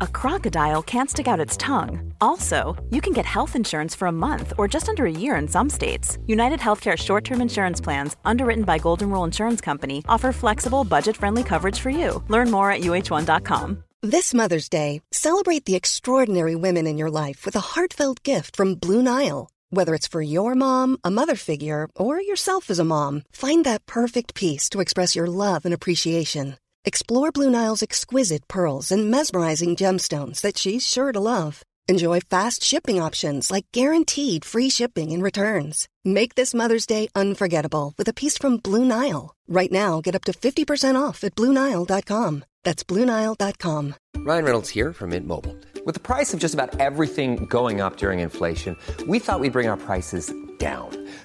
a crocodile can't stick out its tongue. Also, you can get health insurance for a month or just under a year in some states. United Healthcare short term insurance plans, underwritten by Golden Rule Insurance Company, offer flexible, budget friendly coverage for you. Learn more at uh1.com. This Mother's Day, celebrate the extraordinary women in your life with a heartfelt gift from Blue Nile. Whether it's for your mom, a mother figure, or yourself as a mom, find that perfect piece to express your love and appreciation. Explore Blue Nile's exquisite pearls and mesmerizing gemstones that she's sure to love. Enjoy fast shipping options like guaranteed free shipping and returns. Make this Mother's Day unforgettable with a piece from Blue Nile. Right now, get up to 50% off at BlueNile.com. That's BlueNile.com. Ryan Reynolds here from Mint Mobile. With the price of just about everything going up during inflation, we thought we'd bring our prices down.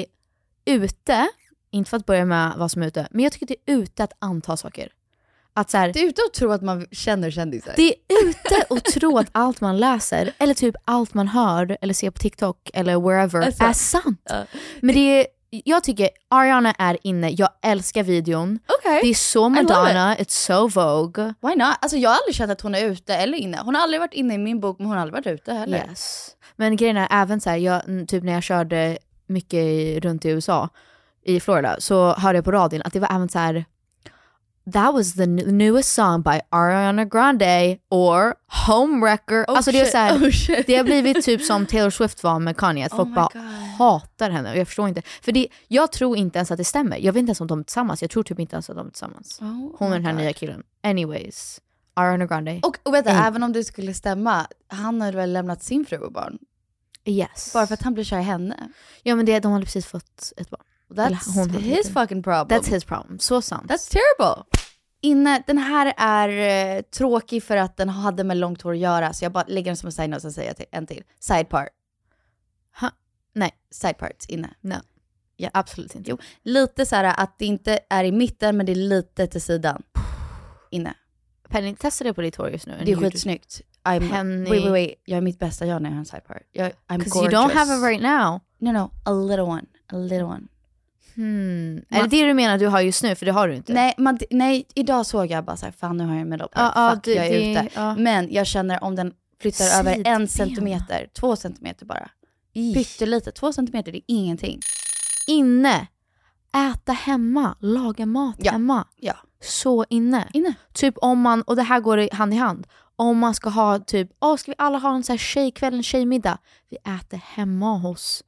är ute, inte för att börja med vad som är ute, men jag tycker att det är ute att anta saker. Att så här, Det är ute att tro att man känner kändisar. det är ute att tro att allt man läser, eller typ allt man hör eller ser på TikTok eller wherever, Alltså. är sant. Ja. Men det är, jag tycker Ariana är inne, jag älskar videon. Okej. Det är så love it. Madonna, it's so Vogue. Why not? Alltså jag har aldrig känt att hon är ute eller inne. Hon har aldrig varit inne i min bok men hon har aldrig varit ute heller. Yes. Men grejen är även så här, jag, n- typ när jag körde mycket i, runt i USA, i Florida, så hörde jag på radion att det var även så här. That was the n- newest song by Ariana Grande or Homewrecker. Oh alltså det är shit, så här, oh shit. det har blivit typ som Taylor Swift var med Kanye, att Oh folk my bara God. hatar henne och jag förstår inte. För det, jag tror inte ens att det stämmer. Jag vet inte ens om de är tillsammans. Jag tror typ inte ens att de är tillsammans. Oh Hon my och den här God. Oh. nya killen. Anyways, Ariana Grande. Och, och vänta, Mm. även om det skulle stämma, han har väl lämnat sin fru och barn? yes. Bara för att han blir kär i henne. Ja men det, de hade precis fått ett barn. Eller That's hon hade his inte. fucking problem. That's his problem. Så sant. That's terrible. Inne, den här är eh, tråkig för att den hade med långt hår att göra, så jag bara lägger den som en side note och sen säger jag till, en till. Side part. Ha, nej, Side parts inne. no. Ja, absolut inte. Jo, lite så här att det inte är i mitten, men det är lite till sidan. Inne. Penny, testa det på ditt hår just nu. Det är skitsnyggt. I'm, Penny. Wait, wait, wait. Jag är mitt bästa jag när jag har en side part. Jag, I'm gorgeous. Because you don't have it right now. No, no. A little one. A little one. Hmm. Är det det du menar du har just nu? För det har du inte. Nej, man, nej, idag såg jag bara så här, fan nu har jag en middle part, Ja, ja, fuck det- jag är det- ute. ja. Men jag känner om den flyttar över Sidben. en centimeter, två centimeter bara. I. Pyttelite, två centimeter det är ingenting. Inne. Äta hemma. Laga mat Ja. hemma. Ja. Så inne. Inne. Typ om man, och det här går i- hand i hand. Om man ska ha typ, åh ska vi alla ha en så här tjejkväll, en tjejmiddag? Vi äter hemma hos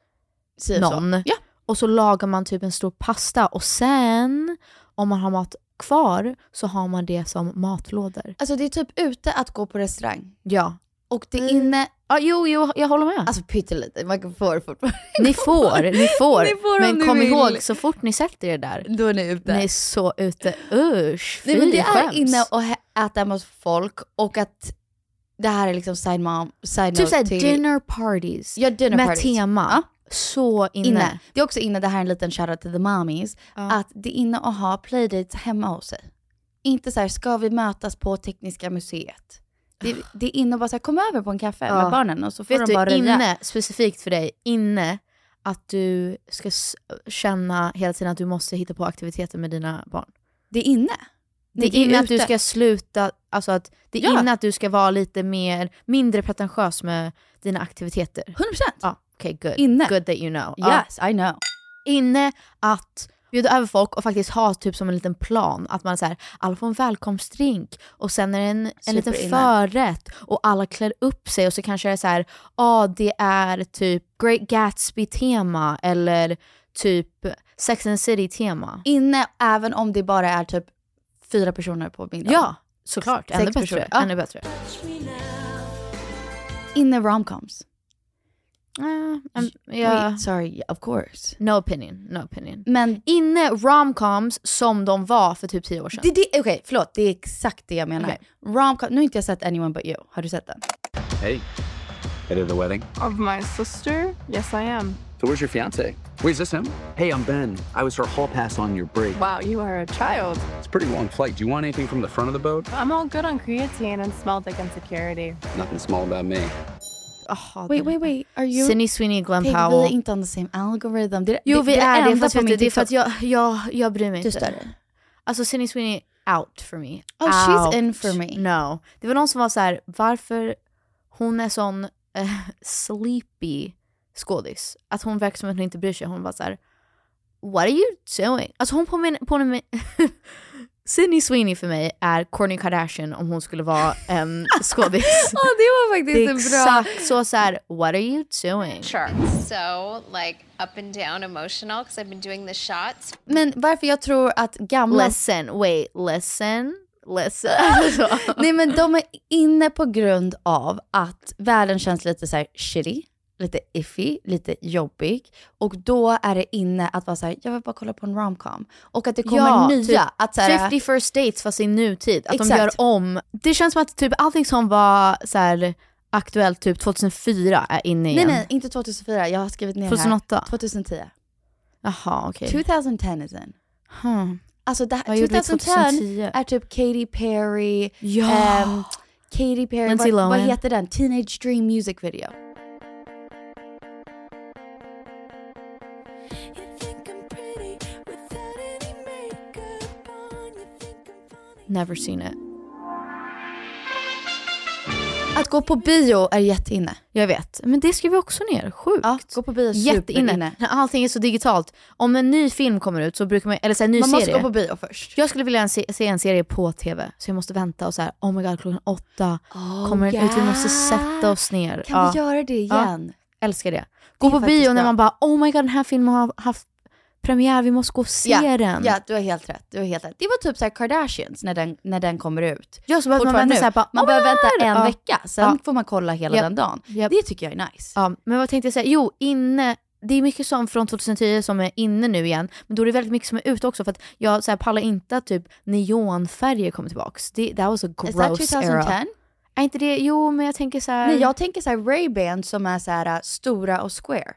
Si och så. någon. Ja. Och så lagar man typ en stor pasta och sen om man har mat kvar så har man det som matlådor. Alltså det är typ ute att gå på restaurang. Ja. Och det är Mm. inne, ja jo, jo, jag håller med. alltså pyttelite, man får fortfarande. ni får, ni får. Ni får om men ni kom vill. ihåg, så fort ni sätter er där, Då är ni ute. ni är så ute. Usch, Nej, men fy, det är skäms. inne och he- äta hemma hos folk och att det här är liksom side mom, side Typ såhär note till... dinner parties. Ja, dinner med parties. tema. Ja. Så inne. Inne. Det är också inne, det här är en liten shoutout till the mommies, att det är inne att ha playdates hemma hos sig. Inte så här, ska vi mötas på Tekniska museet? Det, det är inne att bara så här, kom över på en kaffe Ja. med barnen och så får Ah. Vet de bara du, röja. inne, specifikt för dig, inne, att du ska s- känna hela tiden att du måste hitta på aktiviteter med dina barn. Det är inne. Det är inne att du ska sluta, alltså att det är Ja. inne att du ska vara lite mer, mindre pretentiös med dina aktiviteter. 100 procent. Ja, okej good. Inne. Good that you know. Ja. Yes, I know. Inne att bjuda över folk och faktiskt ha typ som en liten plan. Att man såhär, alla får en välkomstdrink och sen är det en, en liten Superinne. förrätt och alla klär upp sig och så kanske det är såhär, ja ah, det är typ Great Gatsby-tema eller typ Sex and the City-tema. Inne även om det bara är typ fyra personer på middagen. Ja, såklart. Ännu Sex bättre. personer. Ja. Ännu bättre. Inne romcoms. Eh, Mm, mm, Wait, ja. sorry, of course. No opinion, no opinion. Men Inne romcoms som de var för typ tio år sedan. Det, det, Okej, förlåt. Det är exakt det jag menar. Okej. Romcom, nu har inte jag sett Anyone But You. Har du sett den? Hey, headed to the wedding? Of my sister? Yes, I am. So where's your fiance? Wait, is this him? Hey, I'm Ben. I was her hall pass on your break. Wow, you are a child. It's a pretty long flight. Do you want anything from the front of the boat? I'm all good on creatine and smell thick and security. Nothing small about me. Jaha, den- Wait, wait, wait. Are you... Sydney Sweeney, Glenn Tänk, vi är Powell. inte on the same algorithm. Det, Jo vi det är det, enda fast på vet min du, det är för TikTok. att jag, jag, jag bryr mig inte. Du stör dig. Alltså Sydney Sweeney, out for me. Oh, she's Out. in for me. No. Det var någon som var så här, varför hon är sån eh, sleepy skådis. Att hon verkar som att hon inte bryr sig. Hon var så här, what are you doing? Alltså hon påminner, påminner mig, Sydney Sweeney för mig är Kourtney Kardashian om hon skulle vara en skådis. Ja, det var det faktiskt är en bra... exakt så såhär, what are you doing? So, like, up and down emotional because I've been doing the shots. Men varför jag tror att gamla... Listen, wait, listen, listen. Nej men de är inne på grund av att världen känns lite så här shitty, lite iffy, lite jobbig. Och då är det inne att vara så här, jag vill bara kolla på en romcom. Och att det kommer nya. att så här, 50 first dates fast i nutid. Att de Exakt. gör om. Det känns som att typ allting som var så här, aktuellt typ 2004 är inne nej igen. nej, inte 2004, jag har skrivit ner här. 2008? 2010. Jaha okej. 2010 is in. Hmm. Alltså det här, Vad gjorde vi 2010, 2010? är typ Katy Perry, Ja. ehm, Katy Perry, Lindsay vad, vad Lohan. heter den? Teenage Dream Music Video. Never seen it. Att gå på bio är jätteinne. Jag vet. Men det skrev vi också ner. Sjukt. Ja, gå på bio är superinne. Jätteinne. När Allting är så digitalt. Om en ny film kommer ut så brukar man, eller så här, ny Man måste serie. gå på bio först. Jag skulle vilja en se, se en serie på tv, så jag måste vänta och så här, oh my god klockan åtta kommer den ut, vi måste sätta oss ner. Oh, Kan vi göra det igen? Älskar det. Gå Det är på bio faktiskt när bra. man bara oh my god den här filmen har haft premiär, vi måste gå och se den. ja, du har helt rätt. Du har helt rätt. Det var typ så här Kardashians när den, när den kommer ut. Ja, så behöver man vänta Fortfarande nu. så här, bara, man "Oh behöver my vänta God!" en Ja. vecka, sen Ja. får man kolla hela Japp. den dagen. Japp. Det tycker jag är nice. Ja, men vad tänkte jag säga? Jo, inne. Det är mycket som från 2010 som är inne nu igen. Men då är det väldigt mycket som är ute också. För att jag så här, pallar inte att typ neonfärger kommer tillbaks. Det, that was a Is that gross 2010? era. Är inte det, jo men jag tänker så här. Nej, jag tänker så här Ray-Ban som är så här äh, stora och square.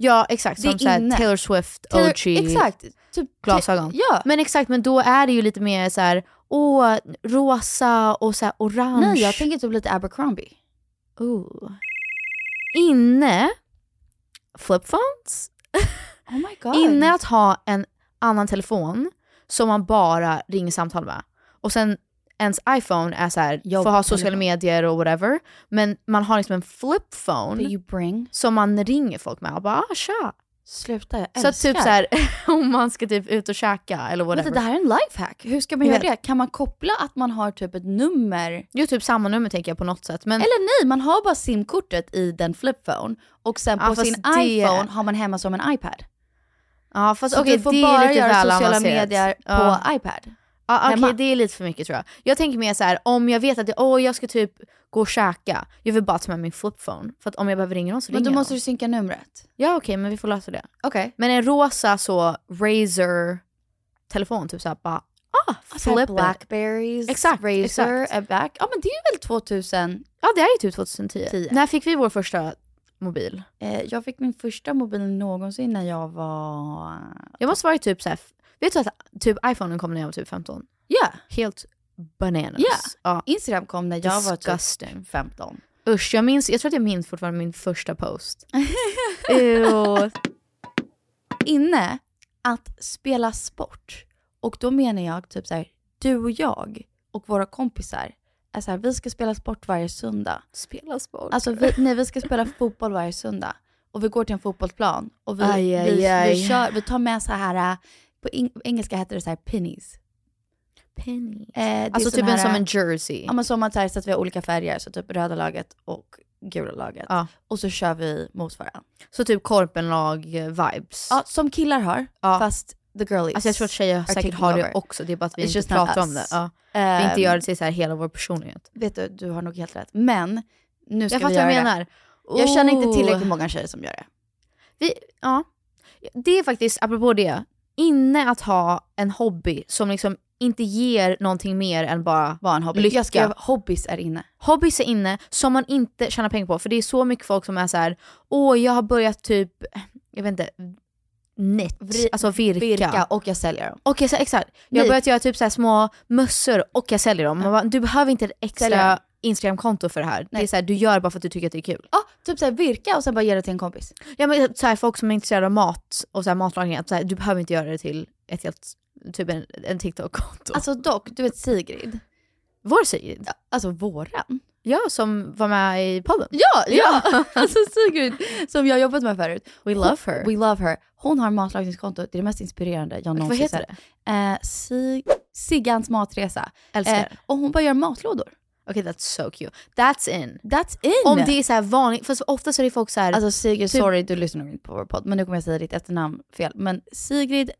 Ja exakt, Det är som så här, inne. Taylor Swift, Taylor- OG, Exakt. Typ, glasögon. Ja. Men exakt, men då är det ju lite mer så här, åh, rosa och så här, orange. Nej, jag tänker typ lite Abercrombie. Ooh. Inne, flip phones. Oh my god. Inne att ha en annan telefon som man bara ringer samtal med. Och sen ens iPhone är så här, Jobb- får ha sociala medier och whatever. Men man har liksom en flip That phone you bring. som man ringer folk med och bara ah, tja. Sluta, jag Så älskar. att typ så här, om man ska typ ut och käka eller Vänta, whatever. det här är en lifehack. Hur ska man Jag göra det? Kan man koppla att man har typ ett nummer Jo, typ samma nummer tänker jag på något sätt. Men Eller nej, man har bara simkortet i den flipphone och sen på Ja, fast sin det- iPhone har man hemma som en iPad. ja, fast Så okej, du får det bara är lite göra väl sociala avancerat. medier ja. på iPad. Ja, Ah, okej, hemma. det är lite för mycket tror jag. Jag tänker mer så här, om jag vet att jag, åh, jag ska typ gå och käka, jag vill bara ta med min flipphone. För att om jag behöver ringa någon så Men ringer då jag måste någon. du synka numret. Ja okej, men vi får lösa det. Okej. Men en rosa så Razer telefon typ såhär bara ah, Så här flip it. Blackberries, Exakt, Razer, exakt. är back. Ja men det är ju väl 2000. Ja det är ju typ 2010. 10. När fick vi vår första mobil? Eh, jag fick min första mobil någonsin när jag var... Jag måste vara typ såhär, vet du att typ iPhonen kom när jag var typ 15? Ja, Helt bananas. Ja. Ja. Instagram kom när jag var Disgusting. typ 15. Usch, jag, minns, jag tror att jag minns fortfarande min första post. Ew. Inne att spela sport. Och då menar jag typ så här, du och jag och våra kompisar är så här, vi ska spela sport varje söndag. Spela sport. Alltså vi, nej, vi ska spela fotboll varje söndag och vi går till en fotbollsplan och vi, Aj, aj, vi, vi, aj. kör, vi tar med så här, äh, på eng- på engelska heter det så här pennies. Penny. Eh, det är Alltså typ sån en här, som äh, en jersey. Ja men som att så, här, så att vi har olika färger, så typ röda laget och gula laget. Ja. Och så kör vi mot varandra. Så typ korpenlag-vibes. Ja, som killar har, Ja. fast the girlies. Alltså jag tror att are tjejer säkert taking har det over. också, det är bara att vi It's inte just not pratar om us. det. Ja. Ehm, Vi inte gör det till så här hela vår personlighet. Vet du, du har nog helt rätt. Men nu ska Jag vi fattar göra vad jag det. menar. Jag känner inte Oh. tillräckligt många tjejer som gör det. Vi, ja. Det är faktiskt, apropå det, inne att ha en hobby som liksom inte ger någonting mer än bara Var en hobby. lycka. Jag skrev hobbies är inne. Hobbys är inne som man inte tjänar pengar på. För det är så mycket folk som är så här: åh jag har börjat typ, jag vet inte, knit, Vri- alltså virka. Virka och jag säljer dem. Och jag, sa- exakt, jag har Nej. börjat göra typ så här små mössor och jag säljer dem. Man bara, du behöver inte ett Säljer dem. extra Instagramkonto för det här. Det Nej. är så här, du gör bara för att du tycker att det är kul. Ja, typ såhär virka och sen bara ge det till en kompis. Ja, men, så här, folk som är intresserade av mat och så här, matlagning, att så här, du behöver inte göra det till ett helt, typ en, en TikTok-konto. Alltså dock, du vet Sigrid. Vår Sigrid, Alltså våran. ja, som var med i podden. Ja, ja! alltså Sigrid som jag har jobbat med förut. We love her. We love her. Hon har matlagningskonto, det är det mest inspirerande jag någonsin Vad heter det? sett. Eh, Sig- Siggans matresa. Eh, Älskar. och hon bara gör matlådor. Okej, that's so cute. That's in. That's in! Om det är så här vanligt, för ofta så är det folk så här... Alltså Sigrid, typ- sorry du lyssnar nog inte på vår podd, men nu kommer jag säga ditt efternamn fel. Men Sigrid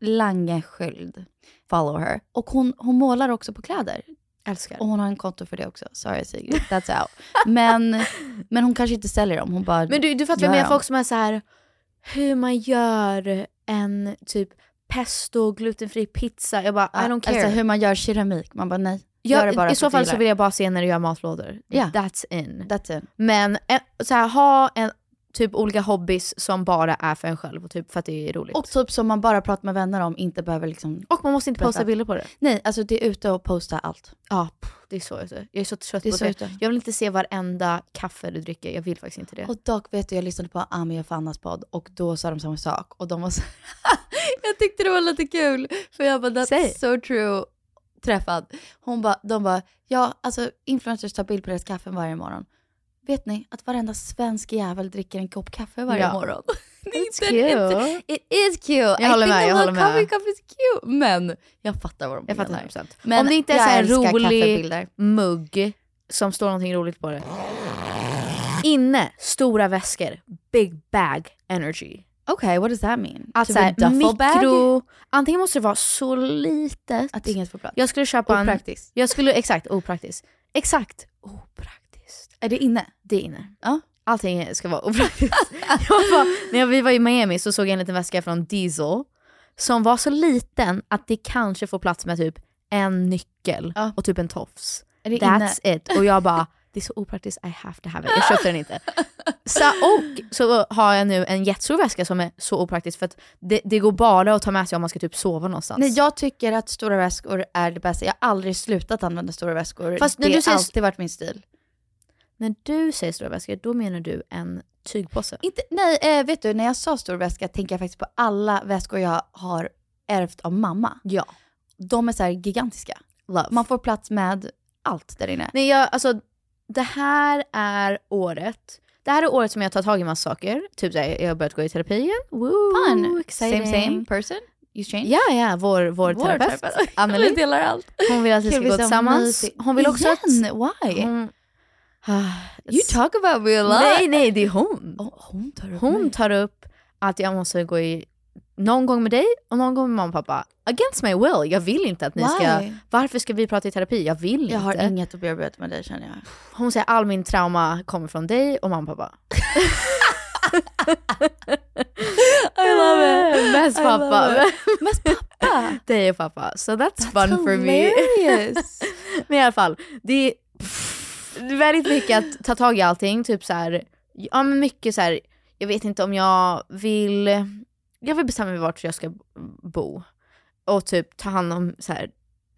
Langesköld, follow her. Och hon, hon målar också på kläder. Älskar. Och hon har en konto för det också. Sorry Sigrid, that's out. Men, men hon kanske inte säljer dem, hon bara Men du, du fattar vad jag gör menar, dem. folk som är så här hur man gör en typ pesto glutenfri pizza. Jag bara, Ja, I don't care. alltså hur man gör keramik, man bara nej. jag, gör det bara I så fall så vill jag bara se när du gör matlådor. Ja. That's in. That's it. Men eh, så här, ha en, typ olika hobbies som bara är för en själv och typ för att det är roligt. Och typ som man bara pratar med vänner om, inte behöver liksom... Och man måste inte posta Berätta. bilder på det. Nej, alltså det är ute och posta allt. Ja, pff, det är så jag är. Jag är så trött Det är på så det. ute. Jag vill inte se varenda kaffe du dricker. Jag vill faktiskt inte det. Och dock vet du, jag lyssnade på Ami och Fannas podd och då sa de samma sak. Och de var så... jag tyckte det var lite kul, för jag bara, that's Säg. so true. Träffad. Hon bara, de bara, ja alltså influencers tar bild på deras kaffe varje morgon. Vet ni att varenda svensk jävel dricker en kopp kaffe varje Ja. morgon? Det är It's inte- it's- cute. It is cute. Jag håller I think med, a jag little håller coffee med. cup is cute. Men jag fattar vad de Jag fattar menar. 100%. Men Om det inte är jag så här älskar rolig kaffebilder. mugg som står någonting roligt på det. Inne, stora väskor, big bag energy. Okej, what does that mean? Att Typ så här, en duffel bag? mikro, antingen måste det vara så litet. Att inget får plats. jag skulle köpa Opraktiskt. en... Jag skulle, exakt, opraktiskt. Exakt, opraktiskt. Är det inne? Det är inne. Ja. Allting ska vara opraktiskt. jag bara, när vi var i Miami så såg jag en liten väska från Diesel som var så liten att det kanske får plats med typ en nyckel Ja. och typ en tofs. Är det That's it. Och jag bara, det är så opraktiskt, I have to have it. Jag köpte den inte. Så, och så har jag nu en jättestor väska som är så opraktisk för att det, det går bara att ta med sig om man ska typ sova någonstans. Nej, jag tycker att stora väskor är det bästa. Jag har aldrig slutat använda stora väskor. Fast när det du har säger- alltid varit min stil. När du säger stora väskor, då menar du en tygpåse. Inte, nej, eh, vet du, när jag sa stor väska tänker jag faktiskt på alla väskor jag har ärvt av mamma. Ja. De är så här gigantiska. Love. Man får plats med allt där inne. Nej, jag, alltså, det här är året. Det här är året som jag tar tag i massa saker. Typ såhär, jag har börjat gå i terapi igen. Woo, Same same person. You change. Ja, ja, vår, vår, Vår terapeut. terapeut. Vi Anneli. delar allt. Hon vill att vi Kul, ska gå är så tillsammans. mysigt. Hon vill också att... Igen? Why? Hon, Ah, you talk about me a lot. Nej, nej, det är hon. Oh, hon tar upp Hon mig. tar upp att jag måste gå i någon gång med dig och någon gång med mamma och pappa. Against my will. Jag vill inte att ni ska... Why? Varför ska vi prata i terapi? Jag vill inte. Jag har inget att bearbeta med dig känner jag. Hon säger all min trauma kommer från dig och mamma och pappa. I love it. Mest I love pappa. it. Mest pappa. dig och pappa. So that's, That's fun for me. hilarious. Men i alla fall, det är pff, det är väldigt mycket att ta tag i allting. Typ så här, ja men mycket så här, jag vet inte om jag vill, jag vill bestämma mig vart jag ska bo. Och typ ta hand om så här,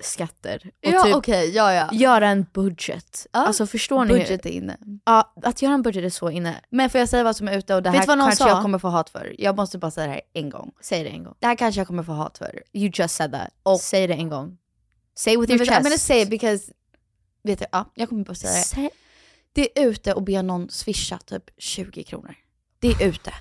skatter. Och ja typ okej, ja ja. göra en budget. Ja, Alltså förstår ni? hur- Budget är inne. Ja, att göra en budget är så inne. Men får jag säga vad som är ute och det Vet här du vad någon kanske sa? jag kommer få hat för. Jag måste bara säga det här en gång. Säg det en gång. Det här kanske jag kommer få hat för. You just said that. Säg det en gång. Say it with I'm your chest. gonna say it because, vet du, ja, jag kommer bara säga det. Säg- Det är ute och be någon swisha typ 20 kronor. Det är ute.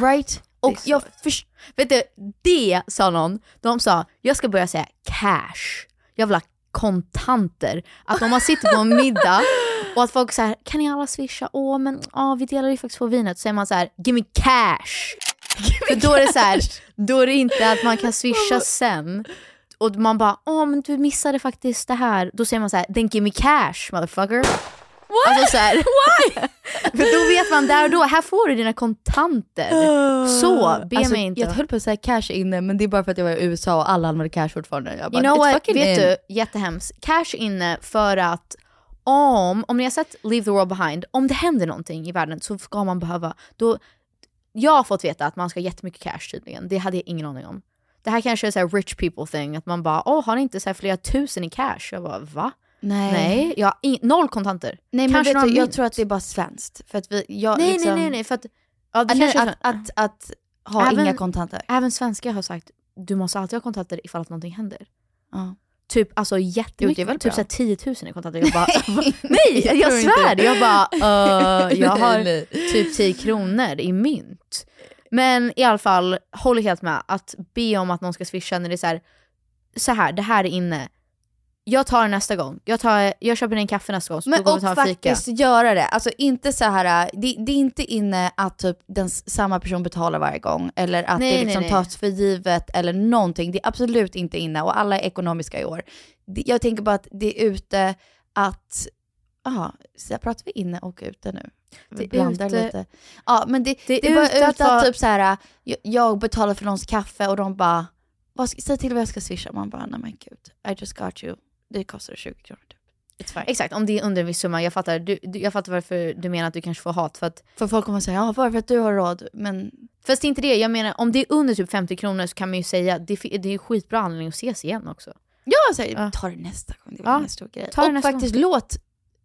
Right? Och så jag ute. förstår. Vet du, det sa någon. De sa, jag ska börja säga cash. Jag vill ha kontanter. Att om man sitter på en middag och att folk säger, kan ni alla swisha? Åh, men åh, vi delar ju faktiskt på vinet. Så säger man så här, give me cash. För då är det så här, då är det inte att man kan swisha sen. Och man bara, åh men du missade faktiskt det här. Då säger man så här, then give me cash motherfucker. What? Alltså så här, Why? För då vet man där och då, här får du dina kontanter. Så, be Alltså, mig inte. Jag höll på att säga cash inne men det är bara för att jag var i USA och alla använder cash fortfarande. Jag bara, You know "It's what, fucking vet in." du, jättehemskt. Cash inne för att om, om ni har sett Leave the World Behind, om det händer någonting i världen så ska man behöva, då, jag har fått veta att man ska ha jättemycket cash tydligen, det hade jag ingen aning om. Det här kanske är så här rich people thing, att man bara, åh har ni inte så här flera tusen i cash? Jag bara, va? Nej. Nej, jag har in, noll kontanter. Nej men Kanske vet du, några jag mynt. tror att det är bara svenskt. För att vi, jag, Nej, liksom, nej, nej, nej, för att, ja, det Ah, kanske nej, är att, så- att, att ha Även- inga kontanter. Även svenskar har sagt, du måste alltid ha kontanter ifall att någonting händer. Ja. Typ alltså jättemycket, Jo, det är väl typ bra. såhär 10 000 i kontanter. Jag bara, nej jag, tror inte svär! det. Jag bara, eh, jag har Nej, nej. typ 10 kronor i mynt. Men i alla fall, håller helt med att be om att någon ska swisha när det är såhär så här, det här är inne. Jag tar det nästa gång. Jag, tar, jag köper en kaffe nästa gång så Men då går vi och och tar en fika. faktiskt göra det. Alltså inte så här, det, det är inte inne att typ den, s- samma person betalar varje gång eller att Nej, det nej, liksom nej. tas för givet eller någonting. Det är absolut inte inne och alla är ekonomiska i år. Det, jag tänker bara att det är ute att, ja, så här pratar vi inne och ute nu? Det är blandar ute- lite. Ja men det, Det det, är är bara ute ute att att, vara- typ så här, jag, jag betalar för någons kaffe och de bara, vad ska, säg till vad jag ska swisha. Man bara, nej men gud, I just got you. Det kostar 20 kronor typ. It's fine. Exakt, om det är under en viss summa. Jag fattar, du, du, jag fattar varför du menar att du kanske får hat. För, att, för folk kommer säga, ja varför att du har råd, men... Fast det är inte det, jag menar om det är under typ 50 kronor så kan man ju säga det, fi- det är skitbra anledning att ses igen också. Ja, alltså, ta det nästa gång. Det var Ja, en stor grej. ta det och nästa faktiskt gång. låt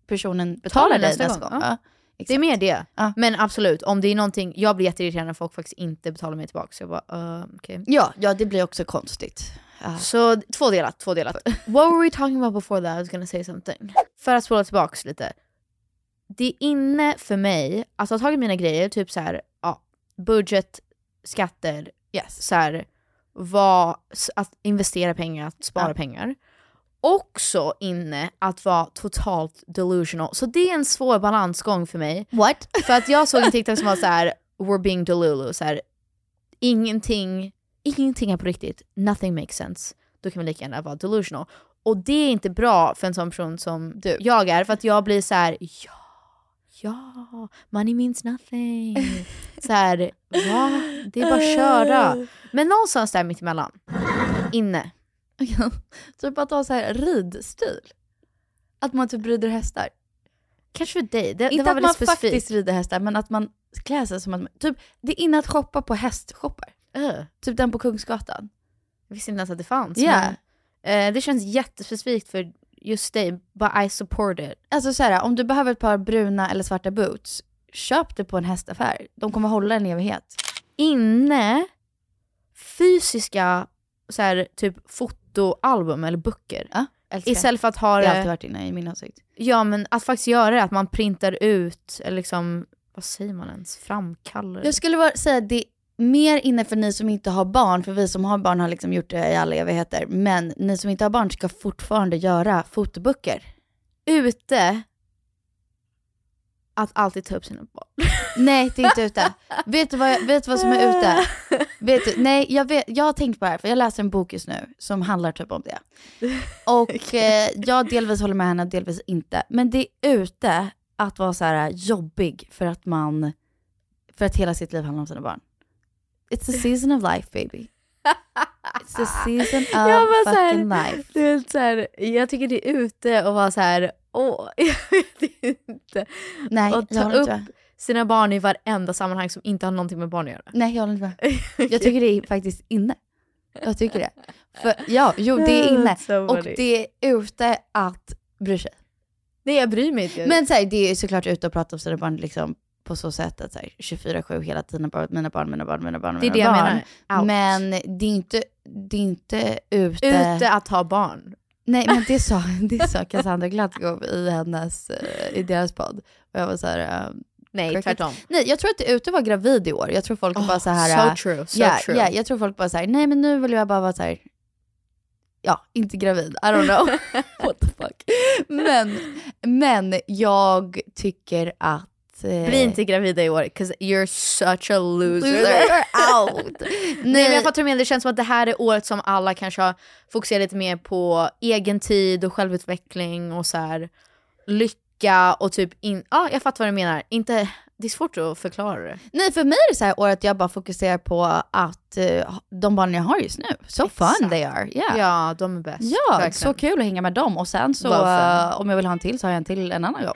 personen betala dig nästa gång. Ja. Ja. det är mer det. Men absolut, om det är någonting, jag blir jätteirriterad när folk faktiskt inte betalar mig tillbaka. Så jag bara, uh, okej. Ja, ja, det blir också konstigt. Ja. Så två delat, två delat. What were we talking about before that? I was gonna say something. För att spola tillbaks lite. Det är inne för mig att ha tagit mina grejer, typ så här, ja, budget, skatter, så här, vad, s- att investera pengar, att spara Ja. pengar. Också inne att vara totalt delusional. Så det är en svår balansgång för mig. What? För att jag såg en TikTok som var så här, we're being delulu, så här, ingenting, ingenting är på riktigt, nothing makes sense. Då kan man lika gärna vara delusional. Och det är inte bra för en sån person som du. jag är, för att jag blir så här, ja, ja, money means nothing. så här, va? Det är bara att Eh. köra. Men någonstans där mittemellan, inne. Typ att ha så här ridstil. Att man typ rider hästar. Kanske för dig, det, det Inte var att väldigt man specifikt. faktiskt rider hästar, men att man klär sig som att man... Typ, det är inne att shoppa på hästshoppar. Ugh. Typ den på Kungsgatan. Jag visste inte ens att det fanns. Ja. Men, eh, det känns jättespecifikt för just dig, but I support it. Alltså så här, om du behöver ett par bruna eller svarta boots, köp det på en hästaffär. De kommer hålla en evighet. Inne, fysiska så här, typ fotoalbum eller böcker. älskar. Istället för att ha det det... har alltid varit inne i min åsikt. Ja men att faktiskt göra det, att man printar ut, eller liksom, vad säger man ens, framkallar Jag skulle bara säga att det är mer inne för ni som inte har barn, för vi som har barn har liksom gjort det i alla evigheter. Men ni som inte har barn ska fortfarande göra fotoböcker. Ute, att alltid ta upp sina barn. Nej, det är inte ute. vet, du vad, jag- vet du vad som är ute? Vet du, nej, jag, vet, jag har tänkt på det här, för jag läser en bok just nu som handlar typ om det. Och eh, jag delvis håller med henne, delvis inte. Men det är ute att vara så här jobbig för att man, för att hela sitt liv handlar om sina barn. It's the season of life baby. It's the season of Jag bara så här- fucking life. Det är så här, jag tycker det är ute och vara så här, åh, jag vet inte. Nej, och jag ta håller upp inte med. sina barn i varenda sammanhang som inte har någonting med barn att göra. Nej, jag håller inte med. Jag tycker det är faktiskt inne. Jag tycker det. För, ja, jo det är inne. That's so Och funny. det är ute att bry sig. Nej, jag bryr mig inte. Men så här, det är såklart ute att prata om sina barn liksom, på så sätt att så här, 24-7 hela tiden, bara, mina barn, mina barn, mina barn, Det är mina det jag barn. menar. Out. Men det är inte, det är inte ute... ute att ha barn. Nej men det sa, det sa Cassandra Glatgow i, hennes, eh, i deras podd. Och jag var så här, eh, Nej, cricket. tvärtom. Ah, Nej jag tror att det ute var gravid i år. Jag tror folk bara så här... Oh, so eh, true, so ja, ja, true. jag tror folk bara så här, nej men nu vill jag bara vara så här, ja inte gravid, I don't know. What the fuck. Men, men jag tycker att... eh, Bli inte gravida i år, 'cause you're such a loser. Loser, you're out. Nej, Nej. men jag fattar vad du menar. det känns som att det här är året som alla kanske har fokuserat lite mer på egen tid och självutveckling och så här, lycka och typ in... Ja, jag fattar vad du menar. Inte... Det är svårt att förklara det. Nej för mig är det så här året jag bara fokuserar på att eh, de barn jag har just nu, so fun they are. Yeah. Ja, de är bäst. Ja, Verkligen. så kul att hänga med dem. Och sen så, Love them. eh, om jag vill ha en till så har jag en till en annan gång.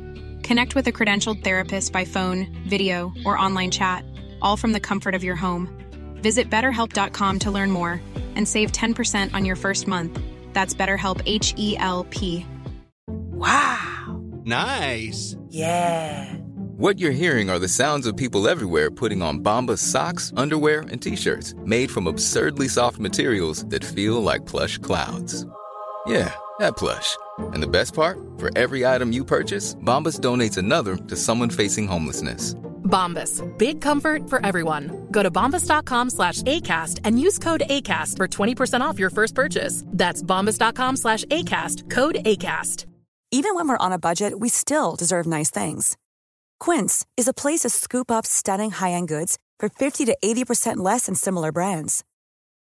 Connect with a credentialed therapist by phone, video, or online chat, all from the comfort of your home. Visit betterhelp.com to learn more and save 10% on your first month. That's BetterHelp H E L P. Wow. Nice. Yeah. What you're hearing are the sounds of people everywhere putting on Bombas socks, underwear, and t-shirts made from absurdly soft materials that feel like plush clouds. Yeah, that plush. And the best part? For every item you purchase, Bombas donates another to someone facing homelessness. Bombas, big comfort for everyone. Go to bombas.com slash ACAST and use code ACAST for 20% off your first purchase. That's bombas.com slash ACAST, code ACAST. Even when we're on a budget, we still deserve nice things. Quince is a place to scoop up stunning high end goods for 50 to 80% less than similar brands.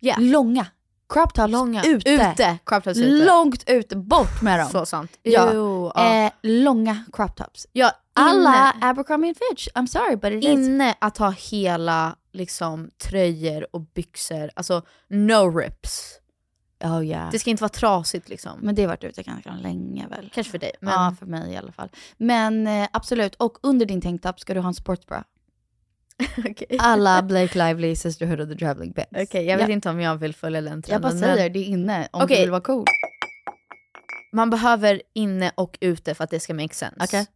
Yeah. Långa. Crop tops Långa. ute. Ute, crop tops ute. Långt ute, bort med dem. Så sant. Ja. Jo, ja. Eh, långa crop tops. Ja, Alla inne- Abercrombie Fitch, I'm sorry but it is. inne att ha hela liksom tröjor och byxor, alltså no rips. Oh yeah. Det ska inte vara trasigt liksom. Men det har varit ute ganska länge väl? Kanske för dig. Men... Men... Ja, för mig i alla fall. Men eh, absolut, och under din tanktop ska du ha en sportbra. Okej. Alla Blake Lively, Sisterhood of the Traveling Pants. Okej, jag vet Ja. inte om jag vill följa den trenden. Jag bara men- säger, det är inne om Okej. du vill vara cool. Man behöver inne och ute för att det ska make sense. Okej.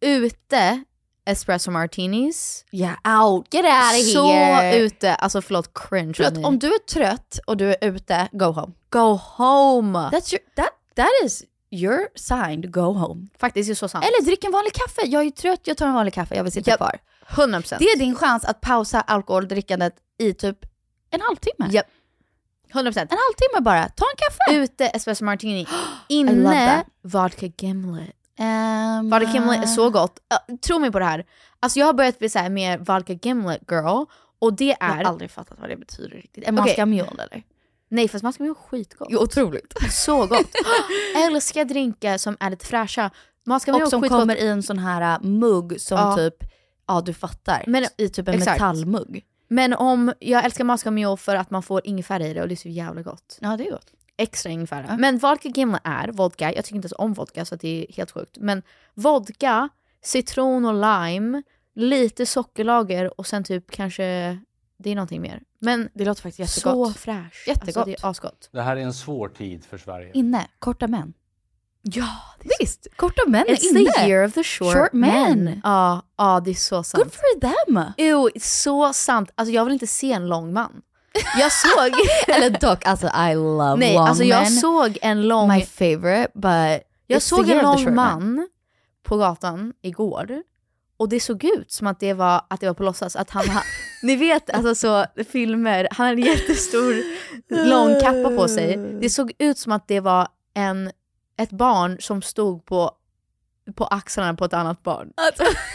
Ute, espresso martinis. Yeah, out, get out of Så here. ute, alltså förlåt cringe. Förlåt, hörni. om du är trött och du är ute, go home. Go home! That's your, that, that is your sign to go home. Faktiskt, det är så sant. Eller drick en vanlig kaffe. Jag är trött, jag tar en vanlig kaffe, jag vill sitta Japp. kvar. 100%. Det är din chans att pausa alkoholdrickandet i typ en halvtimme. Japp. 100%. En halvtimme bara, ta en kaffe. Ute, espresso martini. I love Inne, that. vodka gimlet. Um, Vodka gimlet är så gott. Ö, tro mig på det här. Alltså jag har börjat bli så här mer vodka gimlet girl. Och det Jag har är... aldrig fattat vad det betyder riktigt. Är man Okej. skamjol eller? Nej fast mascarpone är skitgott. otroligt. Så gott. Älskar drinkar som är lite fräscha. Mascarpone Och är som skitgott. kommer i en sån här äh, mugg som Ja. typ, ja du fattar, Men- i typ en exakt. metallmugg. Men om, jag älskar mascarpone för att man får ingefära i det och det är så jävla gott. Ja det är gott. Extra ingefära. Men vodka gimlet är vodka, jag tycker inte ens om vodka så att det är helt sjukt. Men vodka, citron och lime, lite sockerlager och sen typ kanske, det är någonting mer. Men Det låter faktiskt så jättegott. fräsch. Jättegott. Alltså det är asgott. Det här är en svår tid för Sverige. Inne, korta män. Ja, Visst, korta män är It's inne. the year of the short, Short men. Ja, ja, det är så sant. Good for them! Ew, så sant. Alltså jag vill inte se en lång man. Jag såg... Eller dock, alltså I love Nej, long alltså jag men. såg en lång... My favorite but... Jag it's såg the en year of the lång short man på gatan igår och det såg ut som att det var, att det var på låtsas. Att han, ha, ni vet alltså så filmer, han hade en jättestor lång kappa på sig. Det såg ut som att det var en, ett barn som stod på, på axlarna på ett annat barn. Alltså,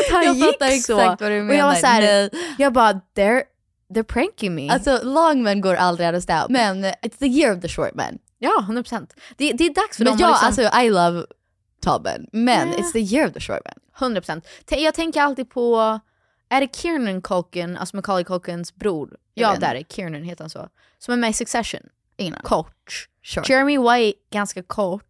Att han Jag gick fattar så. exakt vad du Och jag var menar. så här, Nej. jag bara they're, they're pranking me. Alltså long men går aldrig out of style, men it's the year of the short men. ja, 100%. Det, det är dags för Men dem jag, att liksom, alltså I love tobben, men Ja. it's the year of the short men. 100%. T- jag tänker alltid på Är det Kiernan Culkin, alltså Macaulay Culkins bror? Jag Ja, vet där är Kiernan heter han så. Som är med i Succession. Ingen aning. Kort. Sure. Jeremy White, ganska kort.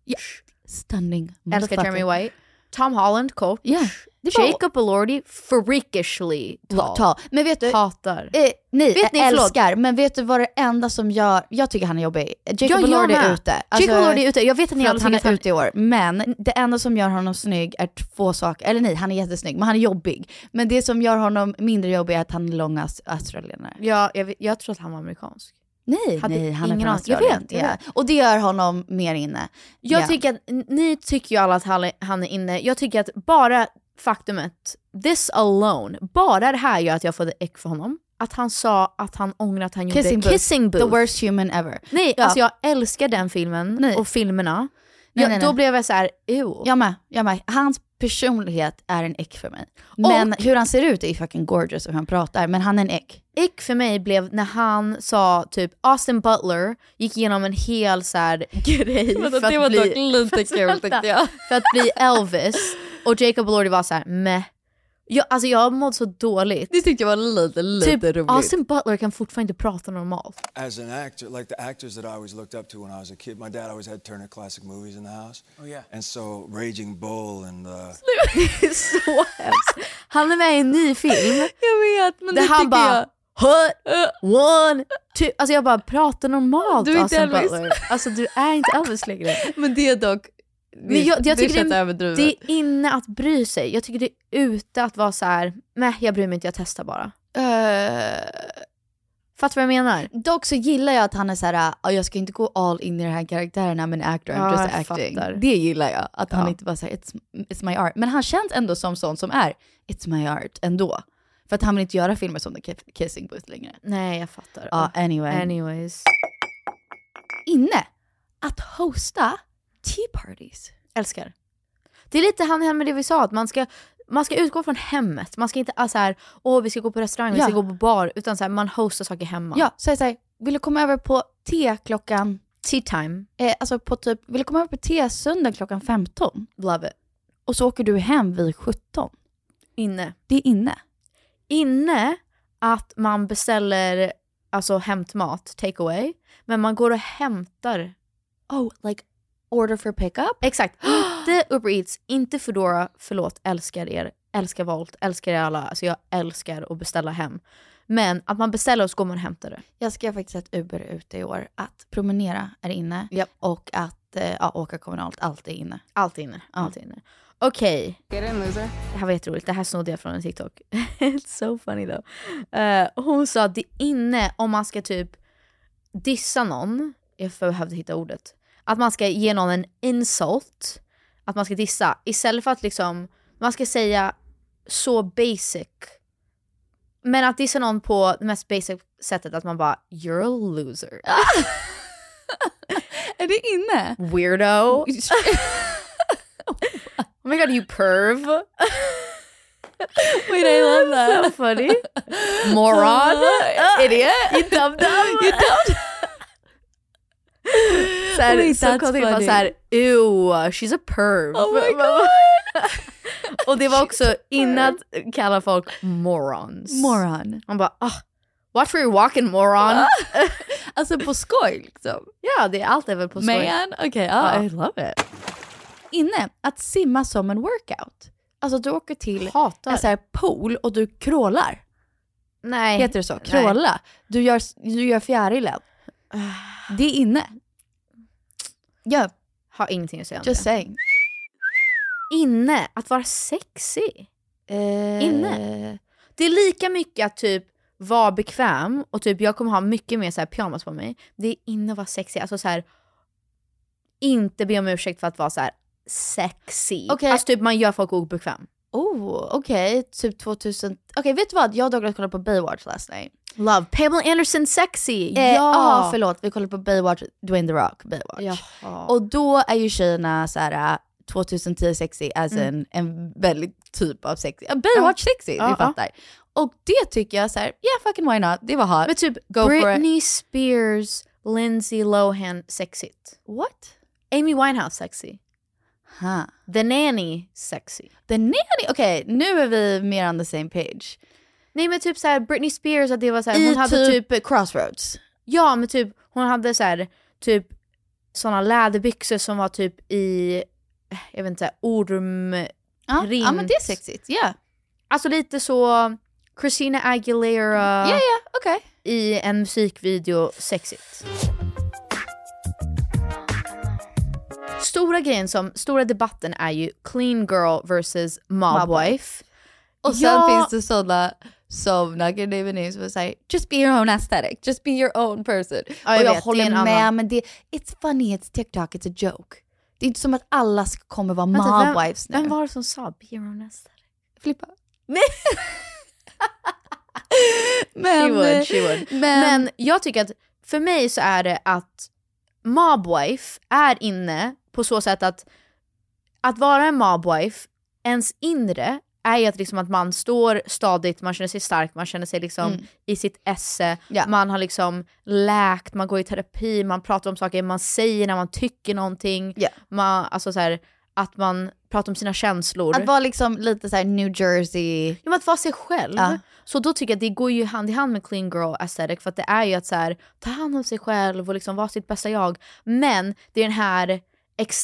Stunning. Älskar Jeremy White. Tom Holland, kort. det var- Jacob Elordi, freakishly tall. Ta. Men vet du, Hatar. Eh, nej, Vet jag ni, förlåt. älskar. Men vet du vad det enda som jag, jag tycker han är jobbig. Ja, Jacob jag Elordi är med. ute. Alltså, Jacob Elordi är ute. Jag vet att ni förlåt, alla han tycker är att ute i år. Men det enda som gör honom snygg är två saker. Eller nej, han är jättesnygg, men han är jobbig. Men det som gör honom mindre jobbig är att han är lång as- australienare. Ja, jag, vet- jag tror att han var amerikansk. Nej, Hade nej, han är ingen från aning. Jag Australien. vet, jag Ja. vet. Och det gör honom mer inne. Jag Ja. tycker att, ni tycker ju alla att han- han är inne. Jag tycker att bara faktumet, this alone, bara det här gör att jag får ett äck för honom. Att han sa att han ångrar att han gjorde Kissing Booth. Kissing Booth. The worst human ever. Nej, Ja. alltså jag älskar den filmen och filmerna. Nej, jag, nej, Då nej. blev jag så här, ew. Jag med, jag med. Hans personlighet är en äck för mig. Men hur han ser ut är fucking gorgeous och hur han pratar, men han är en äck. Ick för mig blev när han sa typ Austin Butler gick igenom en hel så här grej Vänta, det var dock lite för att- kul, vänta, tyckte jag. För att bli Elvis och Jacob Elordi var så här meh. Jag, alltså jag mådde så dåligt. Det tyckte jag var lite, lite typ, roligt. Austin Butler kan fortfarande inte prata normalt. As an actor, like the actors that I always looked up to when I was a kid, my dad always had Turner Classic Movies in the house. Oh yeah. And so Raging Bull and uh, så hemskt. Han är med i en ny film. Jag vet, där han bara Hut, one, two. Alltså jag bara pratar normalt Du är inte Austin Elvis. Butler. Alltså du är inte Elvis längre. Men det är dock... Men jag, jag tycker känns det, är, överdrivet. det är inne att bry sig. Jag tycker det är ute att vara så här. nej jag bryr mig inte, jag testar bara. Eh. Fattar vad jag menar? Dock så gillar jag att han är så här, "Ah, jag ska inte gå all in i den här karaktären, I'm an actor, I'm Ja, just jag acting. fattar. Det gillar jag, att han Ja. inte bara säger it's, it's my art. Men han känns ändå som sån som är, it's my art ändå. För att han vill inte göra filmer som The Ki- Kissing Booth längre. Nej, jag fattar. Ja, anyway. Anyways. Inne, att hosta tea parties. Älskar. Det är lite hand i hand med det vi sa, att man ska, man ska utgå från hemmet. Man ska inte ah, så här, åh vi ska gå på restaurang, vi Ja. ska gå på bar, utan så här, man hostar saker hemma. Ja, så jag säger, vill du komma över på te klockan, Tea time. eh, alltså på typ, vill du komma över på te söndag klockan 15? Love it. Och så åker du hem vid 17. Inne. Det är inne. Inne att man beställer alltså hämtmat, take away, men man går och hämtar. Oh, like order for pickup? Exakt. Inte Uber Eats, inte Foodora. Förlåt, älskar er. Älskar Volt, älskar er alla. Alltså jag älskar att beställa hem. Men att man beställer och så går man och hämtar det. Jag ska faktiskt att Uber är ute i år. Att promenera är inne och att eh, ja, åka kommunalt, allt är inne. Allt är inne. Allt är inne. Okej. Get in, loser. Det här var jätteroligt, det här snodde jag från en TikTok. It's so funny though. Eh, hon sa att det är inne om man ska typ dissa någon, jag behövde hitta ordet, att man ska ge någon en insult, att man ska dissa, istället för att liksom, man ska säga så basic. Men att dissa någon på det mest basic sättet, att man bara “you're a loser”. Är det inne? Weirdo. oh my god, you perv. Wait, I love that. So funny. Moron. Idiot. You dumb dumb. You dumb så här, Wait, så that's kom det bara funny. såhär, ew, she's a perv. Oh my Och det var också innan att kalla folk morons. Moron. Ah. Man bara, ah, watch where you're walking moron. Alltså på skoj liksom. ja, det, allt är väl på skoj. Man, okej, okay, Ja. I love it. Inne, att simma som en workout. Alltså du åker till Hatar. en så här pool och du krålar. nej. Heter det så? Nej. Kråla. Du gör, du gör fjärilen. Det är inne. Ah. Ja, Har ingenting att säga om just det. saying. Inne, att vara sexy. Eh, Inne. Det är lika mycket att typ vara bekväm och typ jag kommer ha mycket mer så här pyjamas på mig. Det är inne att vara sexy. Alltså så här inte be om ursäkt för att vara så här sexy. Okej. Alltså typ man gör folk obekväm. Oh, okej. Typ 2000... Okej, vet du vad? Jag och Douglas kollade på Baywatch last night. Love. Pamela Anderson sexy! Eh, ja! ah, förlåt. Vi kollade på Baywatch, Dwayne The Rock Baywatch. Jaha. Och då är ju tjejerna så här äh, 2010 sexy, as Mm. en, en väldigt typ av sexy. Ja, Baywatch sexy, Ja, ni ja. fattar. Och det tycker jag så här, yeah fucking why not, det var hot. Men typ Go for it. Britney Spears, Lindsay Lohan sexigt. What? Amy Winehouse sexy. Huh. The Nanny sexy. The nanny, okej nu är vi mer on the same page. Nej men typ så här Britney Spears, att det var så här, I hon hade typ typ, crossroads. Ja men typ hon hade så här, typ sådana läderbyxor som var typ i, eh, jag vet inte, så här, ormprint. Ja, ja, men det är sexigt, ja. Alltså lite så Christina Aguilera Ja, ja, okej. i en musikvideo, sexigt. Stora grejen som, stora debatten är ju clean girl versus mob Mob wife. Och sen finns det sådana som, not gonna name names, men säger just be your own aesthetic, just be your own person. Ja, jag och vet, det är jag en håller med annan. men det, it's funny, it's TikTok, it's a joke. Det är inte som att alla ska- kommer vara Vänta, mob vem- wives nu. vem var det som sa be your own aesthetic? Filippa. Men, She would, she would. Men, jag tycker att för mig så är det att mobwife är inne på så sätt att att vara en mobwife, ens inre är ju att, liksom att man står stadigt, man känner sig stark, man känner sig liksom Mm. i sitt esse, man har liksom läkt, man går i terapi, man pratar om saker man säger när man tycker någonting. Man, alltså så här, att man pratar om sina känslor. Att vara liksom lite såhär New Jersey. Ja, men att vara sig själv. Ja. Så då tycker jag att det går ju hand i hand med clean girl aesthetic för att det är ju att så här, ta hand om sig själv och liksom vara sitt bästa jag. Men det är den här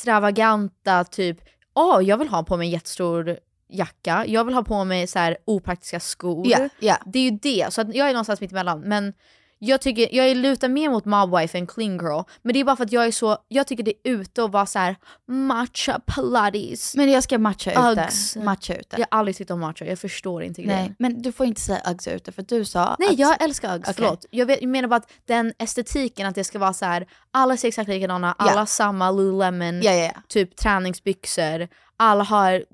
extravaganta typ, åh jag vill ha på mig en jättestor jacka, jag vill ha på mig så här opraktiska skor. Ja, ja. Det är ju det, så att jag är någonstans mitt emellan. Men jag, tycker, jag är lutar mer mot mobwife än clean girl, men det är bara för att jag är så, jag tycker det är ute att vara så här matcha pilates. Men jag ska matcha ute. Uggs. Matcha ute. Jag har aldrig tyckt om matcha, jag förstår inte grejen. Nej, men du får inte säga Uggs ute för du sa Nej att... jag älskar Uggs, Okej. förlåt. Jag, vet, jag menar bara att den estetiken att det ska vara så här, alla ser exakt likadana, alla Ja. samma Lululemon, Ja, ja, ja. typ träningsbyxor, alla har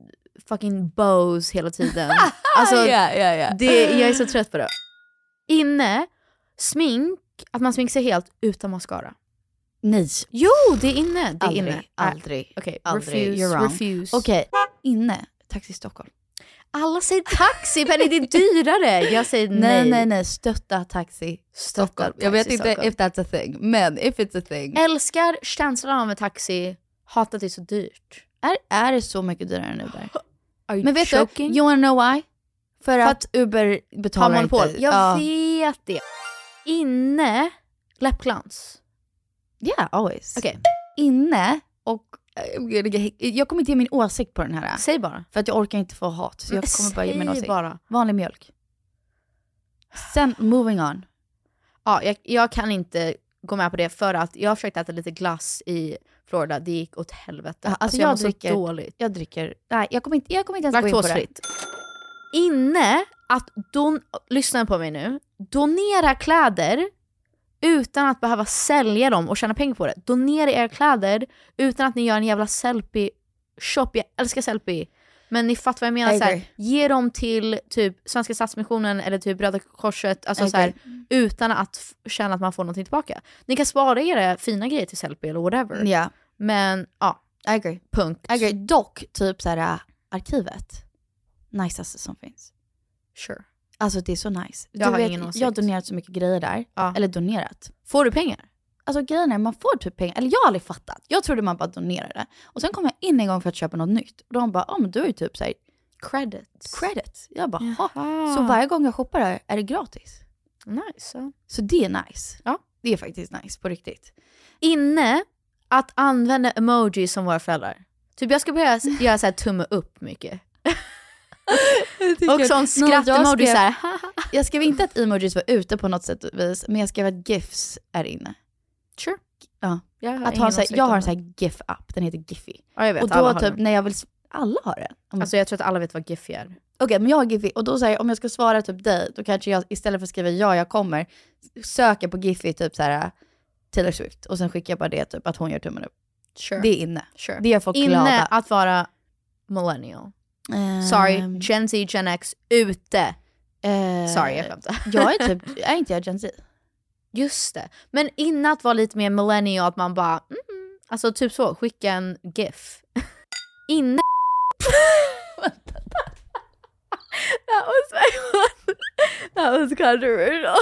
fucking bows hela tiden. alltså, Ah, Ja, ja, ja. Ah. Det, jag är så trött på det. Inne, smink, att man sminkar sig helt utan mascara. Nej. Jo, det är inne. Det är Aldrig, inne. aldrig, Okej, aldrig. refuse, You're wrong. refuse. Okej, inne, Taxi Stockholm. Alla säger taxi Penny, det är dyrare. Jag säger nej. Nej, nej, nej. Stötta Taxi Stockholm. Jag vet Taxi inte Stockholm. if that's a thing, men if it's a thing. Älskar känslan av en taxi, hatar att det är så dyrt. Är, är det så mycket dyrare än Uber? Are you Men vet joking? du, you wanna know why? För, att, Uber Har betalar monopol. inte. Jag Ja. vet det. Inne, läppglans. Yeah, always. Okej. Inne och... eh, Jag kommer inte ge min åsikt på den här. Säg bara. För att jag orkar inte få hat. Så jag kommer bara ge min Säg åsikt. bara. Vanlig mjölk. Sen, moving on. Ja, jag, jag kan inte gå med på det för att jag försökte äta lite glass i Florida, det gick åt helvete. Ja, alltså alltså jag jag, mår dricker- så dåligt. Jag dricker... Nej, jag kommer inte, jag kommer inte ens gå in på det. Laktosfritt. Inne, att don, lyssna på mig nu, donera kläder utan att behöva sälja dem och tjäna pengar på det. Donera era kläder utan att ni gör en jävla selfie-shop. Jag älskar selfie. Men ni fattar vad jag menar. I Så här, agree. ge dem till typ Svenska Stadsmissionen eller typ Röda Korset. Alltså I så här, agree. utan att f- känna att man får någonting tillbaka. Ni kan spara era fina grejer till selfie eller whatever. Ja. Men ja, I agree. punkt. I agree. Dock, typ så här, äh, arkivet. Niceaste som finns. Sure. Alltså det är så nice. Jag har ingen åsikt. jag har donerat så mycket grejer där. Ja. Eller donerat. Får du pengar? Alltså grejen är, man får typ pengar. Eller jag har aldrig fattat. Jag trodde man bara donerade. Och sen kom jag in en gång för att köpa något nytt. Och de bara, ja men du har ju typ såhär Credits. credit. Jag bara, jaha. Jaha. Så varje gång jag shoppar här är det gratis. Nice. ja. Så det är nice. Ja. Det är faktiskt nice på riktigt. Inne, att använda emojis som våra föräldrar. Typ jag ska börja s- göra så här tumme upp mycket. Och sån skratt-emoji såhär. Jag skrev inte att emojis var ute på något sätt och vis, men jag skrev att GIFs är inne. Sure. Ja. Jag har, Att ha en så här, jag har en sån här GIF-app, den heter Giphy. Ja, jag vet, och alla då har typ den. när jag vill, s- alla har det. Om- Alltså jag tror att alla vet vad Giphy är. Okej, men jag har Giphy och då säger om jag ska svara typ dig, då kanske jag istället för att skriva ja, jag kommer, söker på Giphy typ så här Taylor Swift och sen skickar jag bara det typ att hon gör tummen upp. Sure. Det är inne. sure. Det är folk Inne glada. att vara millennial. Sorry, Gen Z, Gen X, ute. Ehm, Eh, Sorry, jag skämtar. jag är typ, är inte jag Gen Z? Just det. Men innan att vara lite mer millennial, att man bara, mm, mm. alltså typ så, skicka en GIF. Inne... That was my one. That was controversial.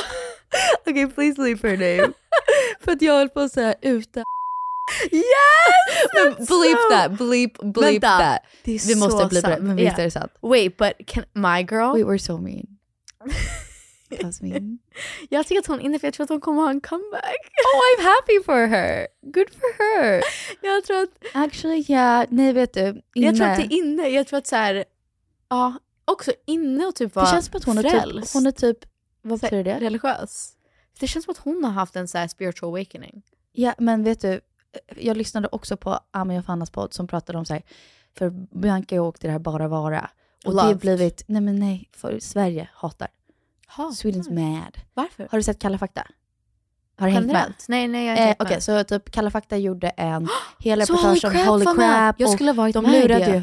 Okej, please leave her name. För att jag höll på att säga ute. Yes! Men that's bleep so- that, bleep, bleep Vänta, that. det är Vi måste så bleepa det, sant. men visst Ja. är det sant. Wait, but can my girl? We were so mean. Jasmine. Jag tycker att hon är inne för jag tror att hon kommer ha en comeback. Oh, I'm happy for her. Good for her. Jag tror att, Actually, yeah. Nej, vet du. Inne. jag tror att det är inne. Jag tror att så här, ja, också inne och typ vara Det känns som att hon är typ, frälst. hon är typ vad Så här, betyder det? Religiös. Det känns som att hon har haft en så här spiritual awakening. Ja, men vet du, jag lyssnade också på Ami och Fannas podd som pratade om så här, för Bianca åkte till det här Bara Vara. Och det har Loved. blivit, nej men nej, för Sverige hatar. Ah, Sweden's mad. Varför? Har du sett Kalla fakta? Har du hängt med? Generellt? Nej, nej jag har Eh, inte Okej, hängt med. så typ Kalla fakta gjorde en hel Så reportage om Holy Crap Holy var med. Crap. Jag och skulle ha varit de med i lurade det. ju.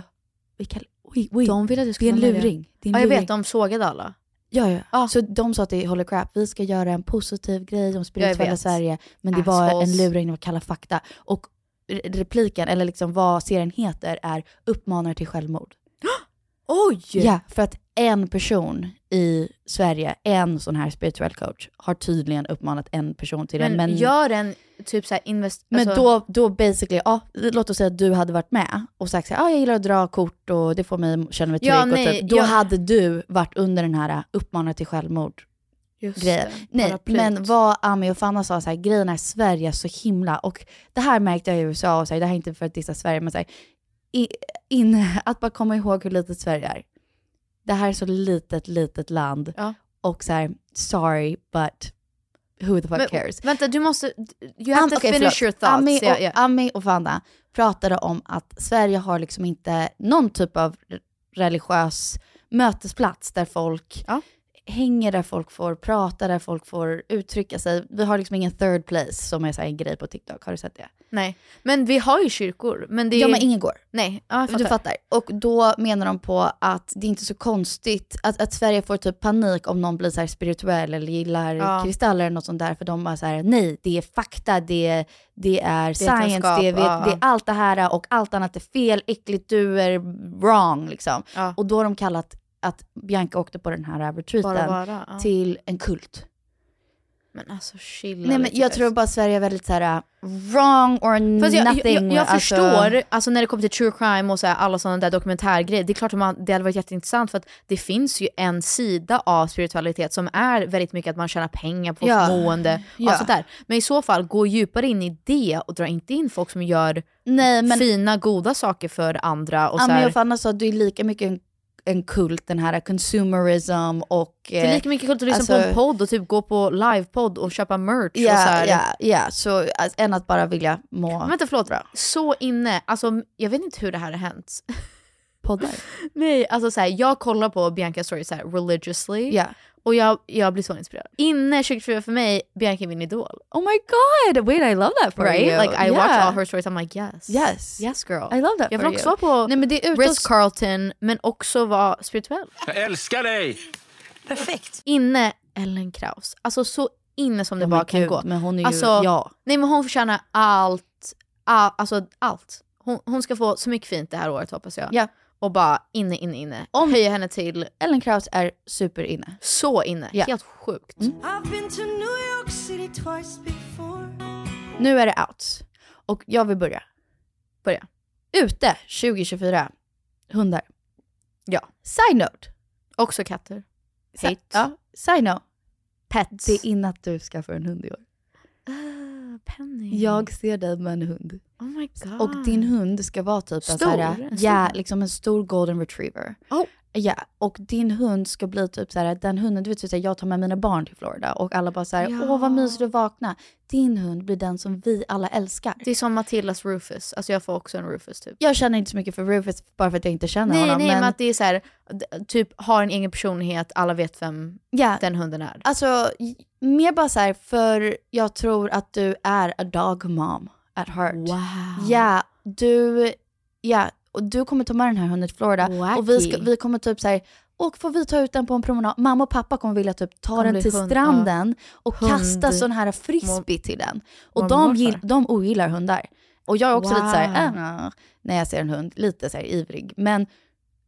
Vi kall- Oj, oj. De ville att jag det är skulle vara en med i det. luring. Det är en Ja, jag luring. vet. De sågade alla. Ja, ja. Så de sa till Holy Crap, vi ska göra en positiv grej om spirituella vet. Sverige, men det var en Assholes. luring, det var Kalla fakta. Och re- repliken, eller liksom vad serien heter, är uppmanar till självmord. Oj! Ja, för att en person i Sverige, en sån här spirituell coach, har tydligen uppmanat en person till Men, det. Men, gör en typ så här invest... men alltså- då, då basically, ja, låt oss säga att du hade varit med och sagt såhär, ah, jag gillar att dra kort och det får mig känna mig trygg. Ja, och nej, typ, då jag- hade du varit under den här uppmanar till självmord Just grejer. det, Nej, paraplyt. men vad Ami och Fanna sa, så här, grejen är Sverige är så himla, och det här märkte jag i USA, och så här, det här är inte för att dissa Sverige, men så här, i, in, att bara komma ihåg hur litet Sverige är. Det här är så litet, litet land. Ja. Och så här, sorry but who the fuck Men- cares? Vänta, du måste... You have Am- to okej, finish förlåt. your thoughts. Ami och, Ja, ja. Ami och Fanna pratade om att Sverige har liksom inte någon typ av re- religiös mötesplats där folk hänger, där folk får prata, där folk får uttrycka sig. Vi har liksom ingen third place som är så här en grej på TikTok. Har du sett det? Nej, men vi har ju kyrkor. Men det är... Ja, men ingen går. Nej, ja, jag Du fattar. Och då menar de på att det är inte så konstigt att, att Sverige får typ panik om någon blir så här spirituell eller gillar Ja. kristaller eller något sånt där. För de bara så här, nej, det är fakta, det är, det är Vetenskap, science, det är, ja. det är allt det här och allt annat är fel, äckligt, du är wrong liksom. Ja. Och då har de kallat att Bianca åkte på den här retreaten Bara vara, ja. till en kult. Men alltså chilla Nej, men lite jag guys. tror bara att Sverige är väldigt så här uh, wrong or Fast jag, nothing. Jag, jag, jag alltså. förstår, alltså när det kommer till true crime och så här, alla sådana där dokumentärgrejer, det är klart att man, det hade varit jätteintressant för att det finns ju en sida av spiritualitet som är väldigt mycket att man tjänar pengar på Ja. ja. mående och Ja. allt sånt där. Men i så fall, gå djupare in i det och dra inte in folk som gör Nej, men- fina, goda saker för andra. Och så Ami här, och Fanna sa att du är lika mycket en, en kult, den här consumerism och... eh, det är lika mycket kul att lyssna på en podd och typ gå på livepodd och köpa merch. alltså- Ja, och så här. ja, ja. Så alltså, än att bara vilja må... Men Vänta, förlåt. Så inne, alltså jag vet inte hur det här har hänt. Poddar? Nej, alltså så här, jag kollar på Biancas story så här, religiously. Ja. Och jag, jag blir så inspirerad. Inne 2024 för mig, Bianca är min idol. Oh my god! Wait, I love that for right? you. Like I Yeah. watch all her stories, I'm like yes. Yes. Yes girl. I love that jag for vill också you. vara på Nej, men det är utom- Ritz-Carlton men också vara spirituell. Jag älskar dig! Perfekt. Inne Ellen Kraus. Alltså så inne som det Oh my bara kan Gud, gå. men hon är ju- alltså, ja. Nej men hon förtjänar allt. All, alltså allt. Hon, hon ska få så mycket fint det här året hoppas jag. Ja. Och bara inne, inne, inne. Om höja henne till... Ellen Kraus är superinne. Så inne. Ja. Mm. Helt sjukt. I've been to New York City twice before. Nu är det out. Och jag vill börja. Börja. Ute 2024. Hundar. Ja. Side note. Också katter. Hate. Hate. Ja. Side note. Pets. Ah, Det är innan att du skaffar en hund i år. Penny. Jag ser dig med en hund. Oh my god. Och din hund ska vara typ en Stor, så en här, stor. ja, liksom en stor golden retriever. Oh. Ja, och din hund ska bli typ så här, den hunden, du vet så här, jag tar med mina barn till Florida och alla bara så här, Ja. åh vad mysigt att vakna. Din hund blir den som vi alla älskar. Det är som Matildas Rufus. Alltså jag får också en Rufus typ. Jag känner inte så mycket för Rufus bara för att jag inte känner Nej, honom. nej, men... att det är så här, d- typ har en egen personlighet, alla vet vem Ja. den hunden är. Alltså, j- mer bara så här, för jag tror att du är a dog mom at heart. Wow. Ja, du, ja, och du kommer ta med den här hunden till Florida och vi, ska, Wacky. vi kommer typ så här, och får vi ta ut den på en promenad? Mamma och pappa kommer vilja typ ta Kommer den bli till hund- stranden och Hund- kasta sån här frisbee till den. Och mormor och de, morfar. gill, de ogillar hundar. Och jag är också lite så här, Wow. äh, när jag ser en hund, lite så här ivrig. Men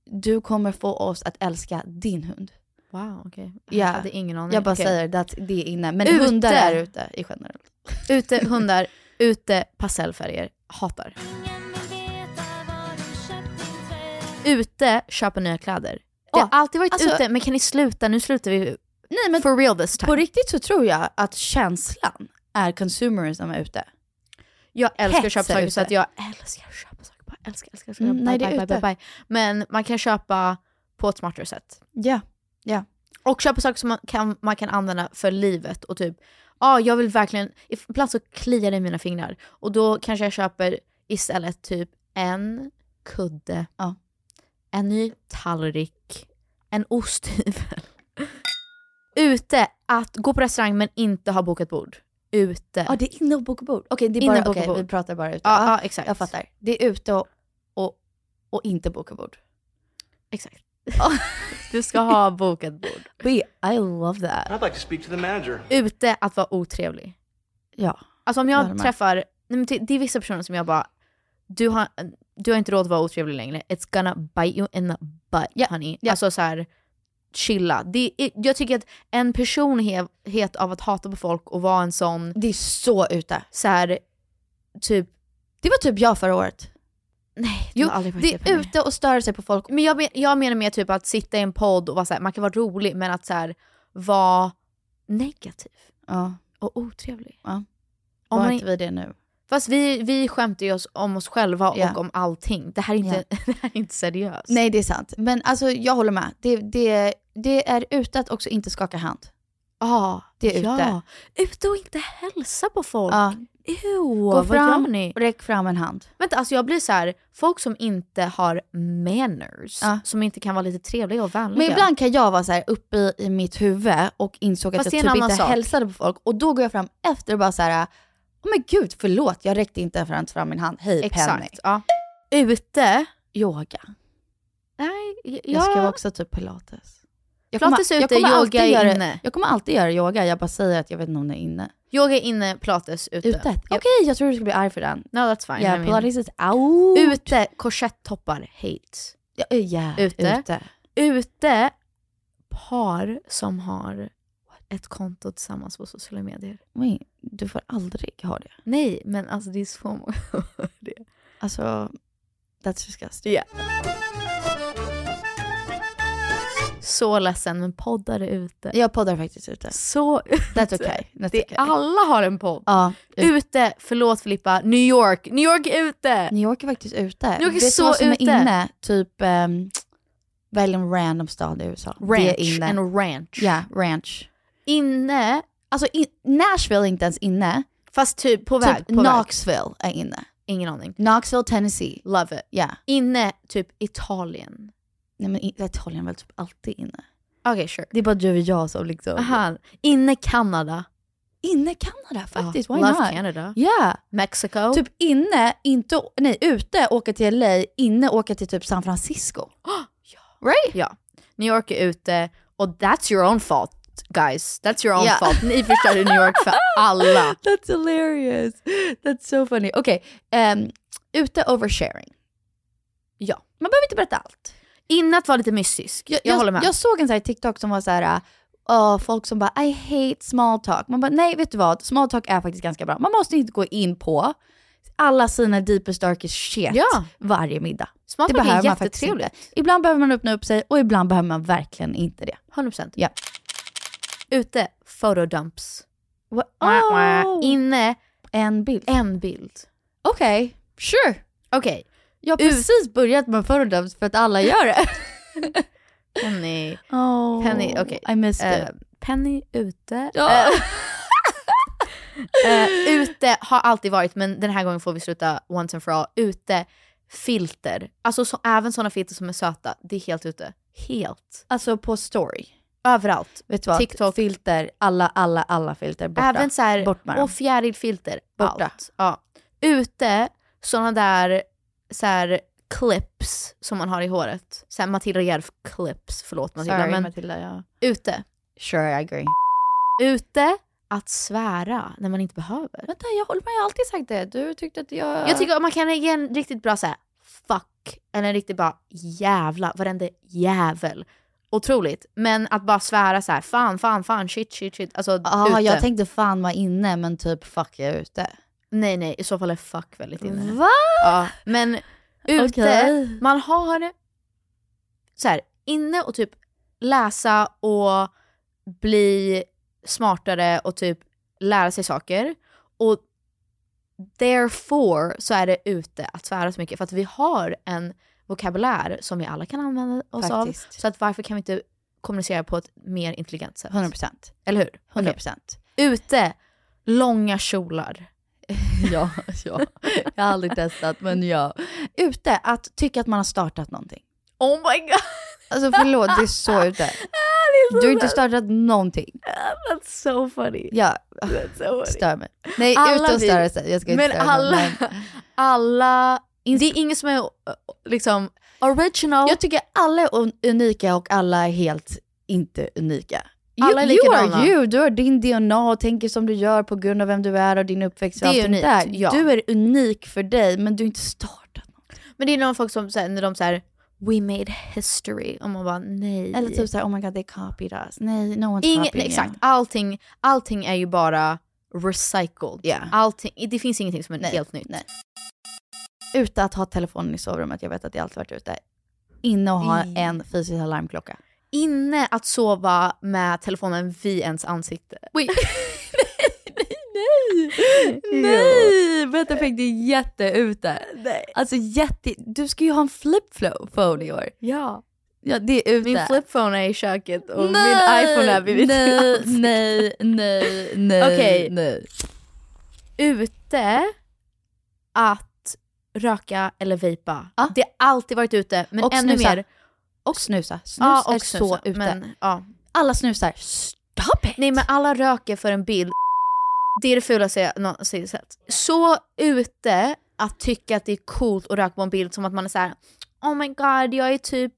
du kommer få oss att älska din hund. Wow, okej. Ja. Jag hade ingen aning. Jag bara Okej. säger att det är inne. Men Ute. hundar är ute i generellt. Ute hundar, ute pastellfärger, hatar. Ute köpa nya kläder. Det har Ja, alltid varit alltså- ute, men kan ni sluta? Nu slutar vi Nej, men For real this time. På riktigt så tror jag att känslan är consumerism ute. Jag älskar Hets att köpa är saker ute. så att jag älskar att köpa saker. Bara älskar, älskar, älskar. Mm, Bye, nej, det bye, är bye, bye, ute. bye. Men man kan köpa på ett smartare sätt. Ja. ja. Och köpa saker som man kan, man kan använda för livet och typ, ja jag vill verkligen, ibland så kliar det i mina fingrar och då kanske jag köper istället typ en kudde, en ny tallrik, en osthyvel. Ute, att gå på restaurang men inte ha bokat bord. Ute. Ja, det är inne och boka bord. Okej, det är Inne bara, och boka okej, bord. vi pratar bara ute. Ja, ja, exakt. Jag fattar. Det är ute och, och, och inte boka bord. Exakt. Du ska ha bokat bord. We, I love that. I'd like to speak to the manager. Ute att vara otrevlig. Ja. Alltså om Ja, jag men- träffar, nej, men det, det är vissa personer som jag bara, du har, du har inte råd att vara otrevlig längre. It's gonna bite you in the butt honey. Alltså så här, chilla. Det är, jag tycker att en personlighet av att hata på folk och vara en sån. Det är så ute. Så här, typ. Det var typ jag förra året. Nej, Jo, har aldrig varit det för är mig. ute och störa sig på folk. Men jag, men, jag menar mer typ att sitta i en podd och vara så här, man kan vara rolig men att så här, vara negativ Ja. och otrevlig. Ja. Om Var man- inte vi det nu? Fast vi, vi skämtar ju oss om oss själva Ja. och om allting. Det här är inte, det här är inte seriöst. Nej, det är sant. Men alltså, jag håller med. Det, det, det är ute att också inte skaka hand. Ja, det är ute. Ja. Ute och inte hälsa på folk. Ja. Ew, Gå vad fram, gör ni? räck fram en hand. Vänta, alltså jag blir så här, folk som inte har manners, som inte kan vara lite trevliga och vänliga. Men ibland kan jag vara så här uppe i, i mitt huvud och insåg att Fast det är jag en typ annan inte sak. hälsade på folk. Och då går jag fram efter och bara så här, oh men gud förlåt, jag räckte inte ens fram min hand. Hej Penny. Exakt, ja. Ute, Yoga. nej, jag, Jag ska vara också typ pilates. Jag Pilates är ute, yoga är alltid göra, inne. Jag kommer alltid göra yoga, jag bara säger att jag vet inte om det är inne. yoga är inne, pilates ute. Ute? Okej, jag tror du skulle bli arg för den. No, that's fine. Yeah, I mean- pilates is out. Ute, korsettoppar, hate. Ja, ja, Ute. ute. Ute, par som har ett konto tillsammans på sociala medier. Men du får aldrig ha det. Nej, men alltså det är så många som har det. Alltså, that's disgusting. Yeah. Så ledsen, men poddar är ute. Jag poddar faktiskt ute. Så That's okay. That's det, okay. Alla har en podd. Ja, Ute, förlåt Filippa, New York. New York är ute! New York är faktiskt ute. New York är Vet du så vad som ute. är inne? Typ, um, välj en random stad i USA. Ranch, Det är inne. en ranch. Ja, ranch. Inne, Alltså in, Nashville är inte ens inne. fast typ på väg. typ på väg. Knoxville är inne. Ingen aning. Knoxville, Tennessee. Love it. Ja. Inne, typ Italien. Nej men i- Italien är väl typ alltid inne. Okej, sure. Det är bara du och jag som liksom... Aha. Inne Kanada. Inne Kanada faktiskt, Ja, why Love not? Canada. Ja. Mexico. Typ inne, inte, nej ute åka till LA, inne åka till typ San Francisco. Right? Ja. New York är ute och that's your own fault guys. That's your own Ja. fault. Ni förstörde New York för alla. That's hilarious. That's so funny. Okej, ehm, ute oversharing. Ja. Man behöver inte berätta allt. Inne att vara lite mystisk. Jag, håller med. Jag såg en sån här TikTok som var så här, äh, "Åh, folk som bara I hate small talk. Man bara nej vet du vad, small talk är faktiskt ganska bra. Man måste inte gå in på alla sina deepest darkest shit Ja. varje middag. Small talk är faktiskt jättetrevligt. inte. Ibland behöver man öppna upp sig och ibland behöver man verkligen inte det. 100%. Ja. Ute, photodumps. Wah, wah. Inne, Oh! En bild. en bild. Okej, sure. Okej. Jag har Ut- precis börjat med förodoms för att alla gör det. Penny. Oh, Penny, okej. I missed Eh, it. Penny ute. Ja. Eh, eh, ute har alltid varit, men den här gången får vi sluta once and for all. Ute, filter. Alltså så, även sådana filter som är söta, det är helt ute. Helt. Alltså på story. Överallt. Vet du vad? TikTok. Filter, alla, alla, alla filter borta. Även så här, Bort med dem. och fjärilfilter. Borta. Allt. Ja. Ute, sådana där så här, clips som man har i håret. Så här, Matilda Järf-clips. Förlåt Matilda. Sorry, men Matilda, ja. ute. Sure, I agree. Ute, att svära när man inte behöver. Vänta, jag håller med. Jag har alltid sagt det. Du tyckte att jag... Jag tycker att man kan ge en riktigt bra så här, fuck, eller en riktigt bra jävla, varenda jävel. Otroligt. Men att bara svära så här, fan, fan, fan, shit, shit, shit. Alltså, Ja, ute. jag tänkte fan vara inne, men typ fuck, jag är ute. Nej, nej, i så fall är fuck väldigt inne. Va? Ja, men ute, Okej. man har så här, inne och typ läsa och bli smartare och typ lära sig saker. Och therefore så är det ute att svära så mycket för att vi har en vokabulär som vi alla kan använda oss av. Faktiskt. Så att varför kan vi inte kommunicera på ett mer intelligent sätt? 100%. Eller hur? 100%. Okej. Ute, långa kjolar. ja, ja, jag har aldrig testat men ja. Ute, att tycka att man har startat någonting. Oh my god! Alltså förlåt, det är så ute. Ah, så Du har inte sant. startat någonting. That's so funny. Ja, That's so funny. stör mig. Nej, ut och vi- störa sig. Jag ska inte typ. men störa någon, alla, men- alla, det är ingen som är eh, liksom original. Jag tycker alla är un- unika och alla är helt inte unika. Alla är You likadana. are you, du har din DNA och tänker som du gör på grund av vem du är och din uppväxt och Det är allt unikt, där. ja. Du är unik för dig men du är inte startat. Men det är någon folk som säger när de säger We made history och man bara nej. Eller typ såhär, oh my god they copied us. Nej, no one's Ingen, copying exakt, you. allting, allting är ju bara recycled. Ja. Allting, det finns ingenting som är Nej, helt nytt. Ute att ha telefonen i sovrummet, jag vet att jag alltid varit ute. Inne och ha Mm. en fysisk alarmklocka. Inne att sova med telefonen vid ens ansikte. Nej! Berätta fick det är jätteute. Nej. Alltså jätte... Du ska ju ha en flip flo- phone i år. Ja. Ja, det är ute. Min flipphone är i köket och Nej, min iPhone är vid mitt nej, ansikte. nej, nej, nej, Okej. nej. Ute att röka eller vejpa. Det har alltid varit ute men Och ännu snusa. mer. Och snusa. Snus Ja, och är så snusa, ute. men, ja. Alla snusar. Stop it! Nej men alla röker för en bild. Det är det fulaste jag någonsin sett. Så ute att tycka att det är coolt att röka på en bild som att man är så här: oh my god jag är typ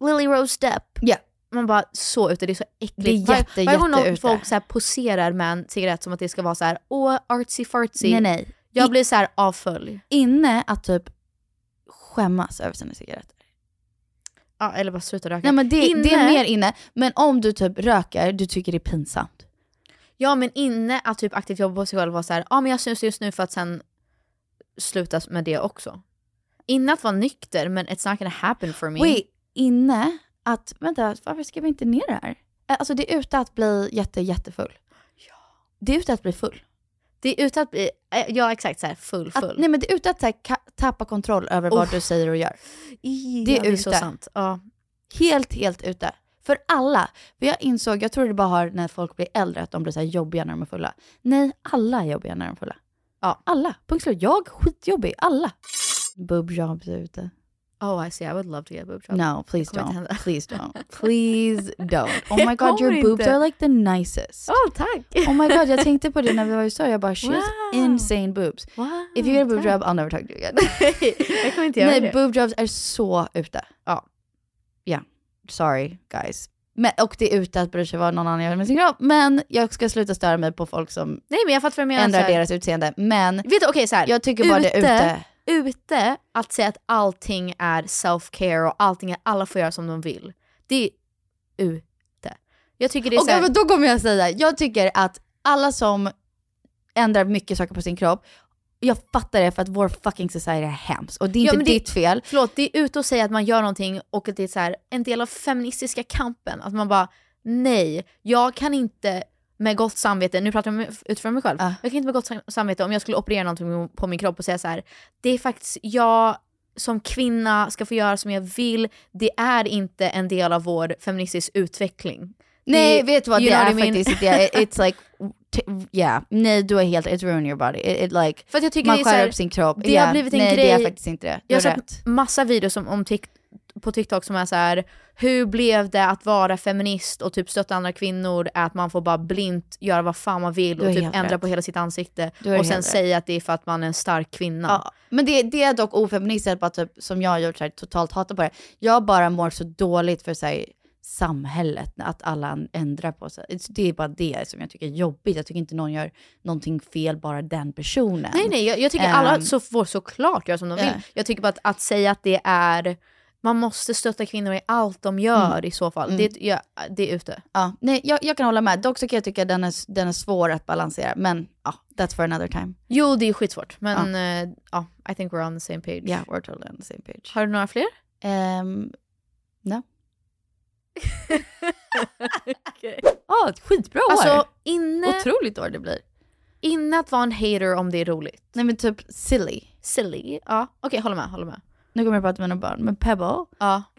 Lily Rose Depp. Ja. Man bara så ute, det är så Det är äckligt. Var- jätte, Varje gång jätte någon- ute. folk så här poserar med en cigarett som att det ska vara så här: åh artsy fartsy. Nej, nej. Jag I- blir så här avfölj. Inne att typ skämmas över sina cigaretter. Ja, eller bara sluta röka. Nej men det, Inne- det är mer inne. Men om du typ röker, du tycker det är pinsamt. Ja men inne att typ aktivt jobba på sig själv och vara såhär, ja ah, men jag syns just nu för att sen sluta med det också. Inne att vara nykter men it's not gonna happen for me. Wait, inne att, vänta varför skrev vi inte ner det här? Eh, Alltså det är ute att bli jätte, jättefull. Det är ute att bli full. Det är ute att bli, eh, ja exakt såhär full Att, full. nej men det är ute att så här, ka- tappa kontroll över vad Oh. du säger och gör. I- det är ja, ute. så sant. Ja. Helt, helt ute. För alla. För jag insåg, jag tror det bara har när folk blir äldre, att de blir så här jobbiga när de är fulla. Nej, alla är jobbiga när de är fulla. Ja, alla. Punkt slut. Jag är skitjobbig. Alla. Boobjobs är ute. Oh I see, I would love to get a boob job. No, please Oh, kommer inte hända. don't. Please don't. Please don't. Oh my Det god, your kommer boobs inte. are like the nicest. Oh tack! Oh my god, jag tänkte på det när vi var i USA. Jag bara, she has Wow. insane boobs. Wow, If you get a boob tack. job, I'll never talk to you again. jag kommer inte göra Nej, det. boob jobs är så ute. Ja. Ja, sorry guys. Men, och det är ute att bry sig vad någon annan gör med sin kropp. Men jag ska sluta störa mig på folk som Nej men jag fattar vad du menar. ändrar såhär- deras utseende. Men Vet du, okej såhär. jag tycker bara det är ute. Ute, att säga att allting är self-care och allting är, alla får göra som de vill. Det är ute. Jag tycker det är Och såhär, men då kommer jag säga, jag tycker att alla som ändrar mycket saker på sin kropp, jag fattar det för att vår fucking society är hemskt. Och det är Ja, inte men det- ditt fel. förlåt, det är ute och säga att man gör någonting och att det är såhär, en del av feministiska kampen. Att man bara, nej, jag kan inte med gott samvete, nu pratar jag med- utifrån mig själv, Ah. jag kan inte med gott sam- samvete om jag skulle operera någonting på min kropp och säga så här: det är faktiskt jag som kvinna ska få göra som jag vill, det är inte en del av vår feministisk utveckling. Nej, vet du vad? you Det know är what I mean? faktiskt det. It- It's like, t- yeah. Nej, du är helt, it's ruin your body. It, it like, För att jag tycker man det är skär så här, upp sin kropp. det har yeah. blivit en Nej, det är grej. faktiskt inte det. Du Jag har har rätt. sett massa videos om, om Tik- på TikTok som är så här: hur blev det att vara feminist och typ stötta andra kvinnor, är att man får bara blint göra vad fan man vill Du har och typ helt ändra rätt. på hela sitt ansikte Du har och sen helt rätt. säga att det är för att man är en stark kvinna. Ja, men det, det är dock ofeministiskt att bara typ, som jag har gjort, så här, totalt hatar på det. Jag bara mår så dåligt för så här, samhället, att alla ändrar på sig. Alltså, Det är bara det som jag tycker är jobbigt. Jag tycker inte någon gör någonting fel, bara den personen. Nej nej, jag, jag tycker alla Ehm. så får såklart göra som de vill. Ja. Jag tycker bara att, att säga att det är, man måste stötta kvinnor i allt de gör Mm. i så fall. Det, jag, det är ute. Ja, nej, jag, jag kan hålla med. Dock så kan jag tycka att den är, den är svår att balansera, men ja, that's for another time. Jo det är skitsvårt men ja. ja, I think we're on the same page. Yeah, we're totally on the same page. Har du några fler? Ehm, no. Okej. Åh, Ja, ett skitbra år. Alltså, inne- Otroligt år det blir. Inne att vara en hater om det är roligt. Nej men typ silly. Silly. Ja, okej håller med, håller med. Nu kommer jag prata med mina barn, men Pebble,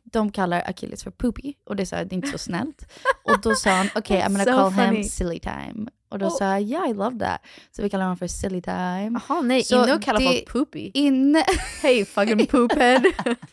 de kallar Achilles för Poopy. Och det sa jag, det är inte så snällt. och då sa han, okej I'm gonna So call funny. him silly time. Och då sa jag, yeah I love that. Så vi kallar honom för silly time. Jaha nej, Så inne och kalla det- folk poopy. Inne, Hey fucking poophead.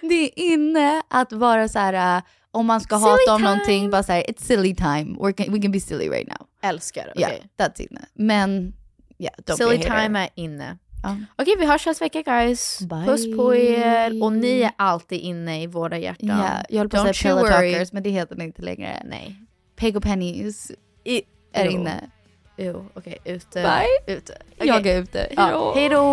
det är inne att vara så här, äh, om man ska Silly hata om time. någonting, bara så här, it's silly time. We're can, we can be silly right now. Älskar, okej. Ja, that's inne. Men, ja, don't Silly be a hater. time är inne. Ja. Okej, vi hörs nästa vecka guys. Bye. Puss på er. Och ni är alltid inne i våra hjärtan. Ja, jag höll på Don't att säga you pillow worry. talkers, men det heter det inte längre. Nej. Peg och Pennies I, är jo. inne. Jo, okej, ute. Bye. Ute. Jag Okej. är ute. Ja, Hej då.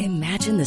Imagine the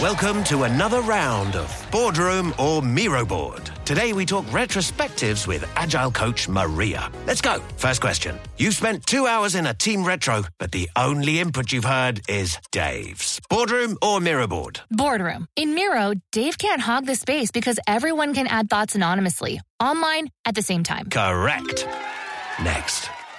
Welcome to another round of Boardroom or Miro Board. Today we talk retrospectives with Agile Coach Maria. Let's go. First question. You've spent two hours in a team retro, but the only input you've heard is Dave's. Boardroom or Miro Board? Boardroom. In Miro, Dave can't hog the space because everyone can add thoughts anonymously, online at the same time. Correct. Next.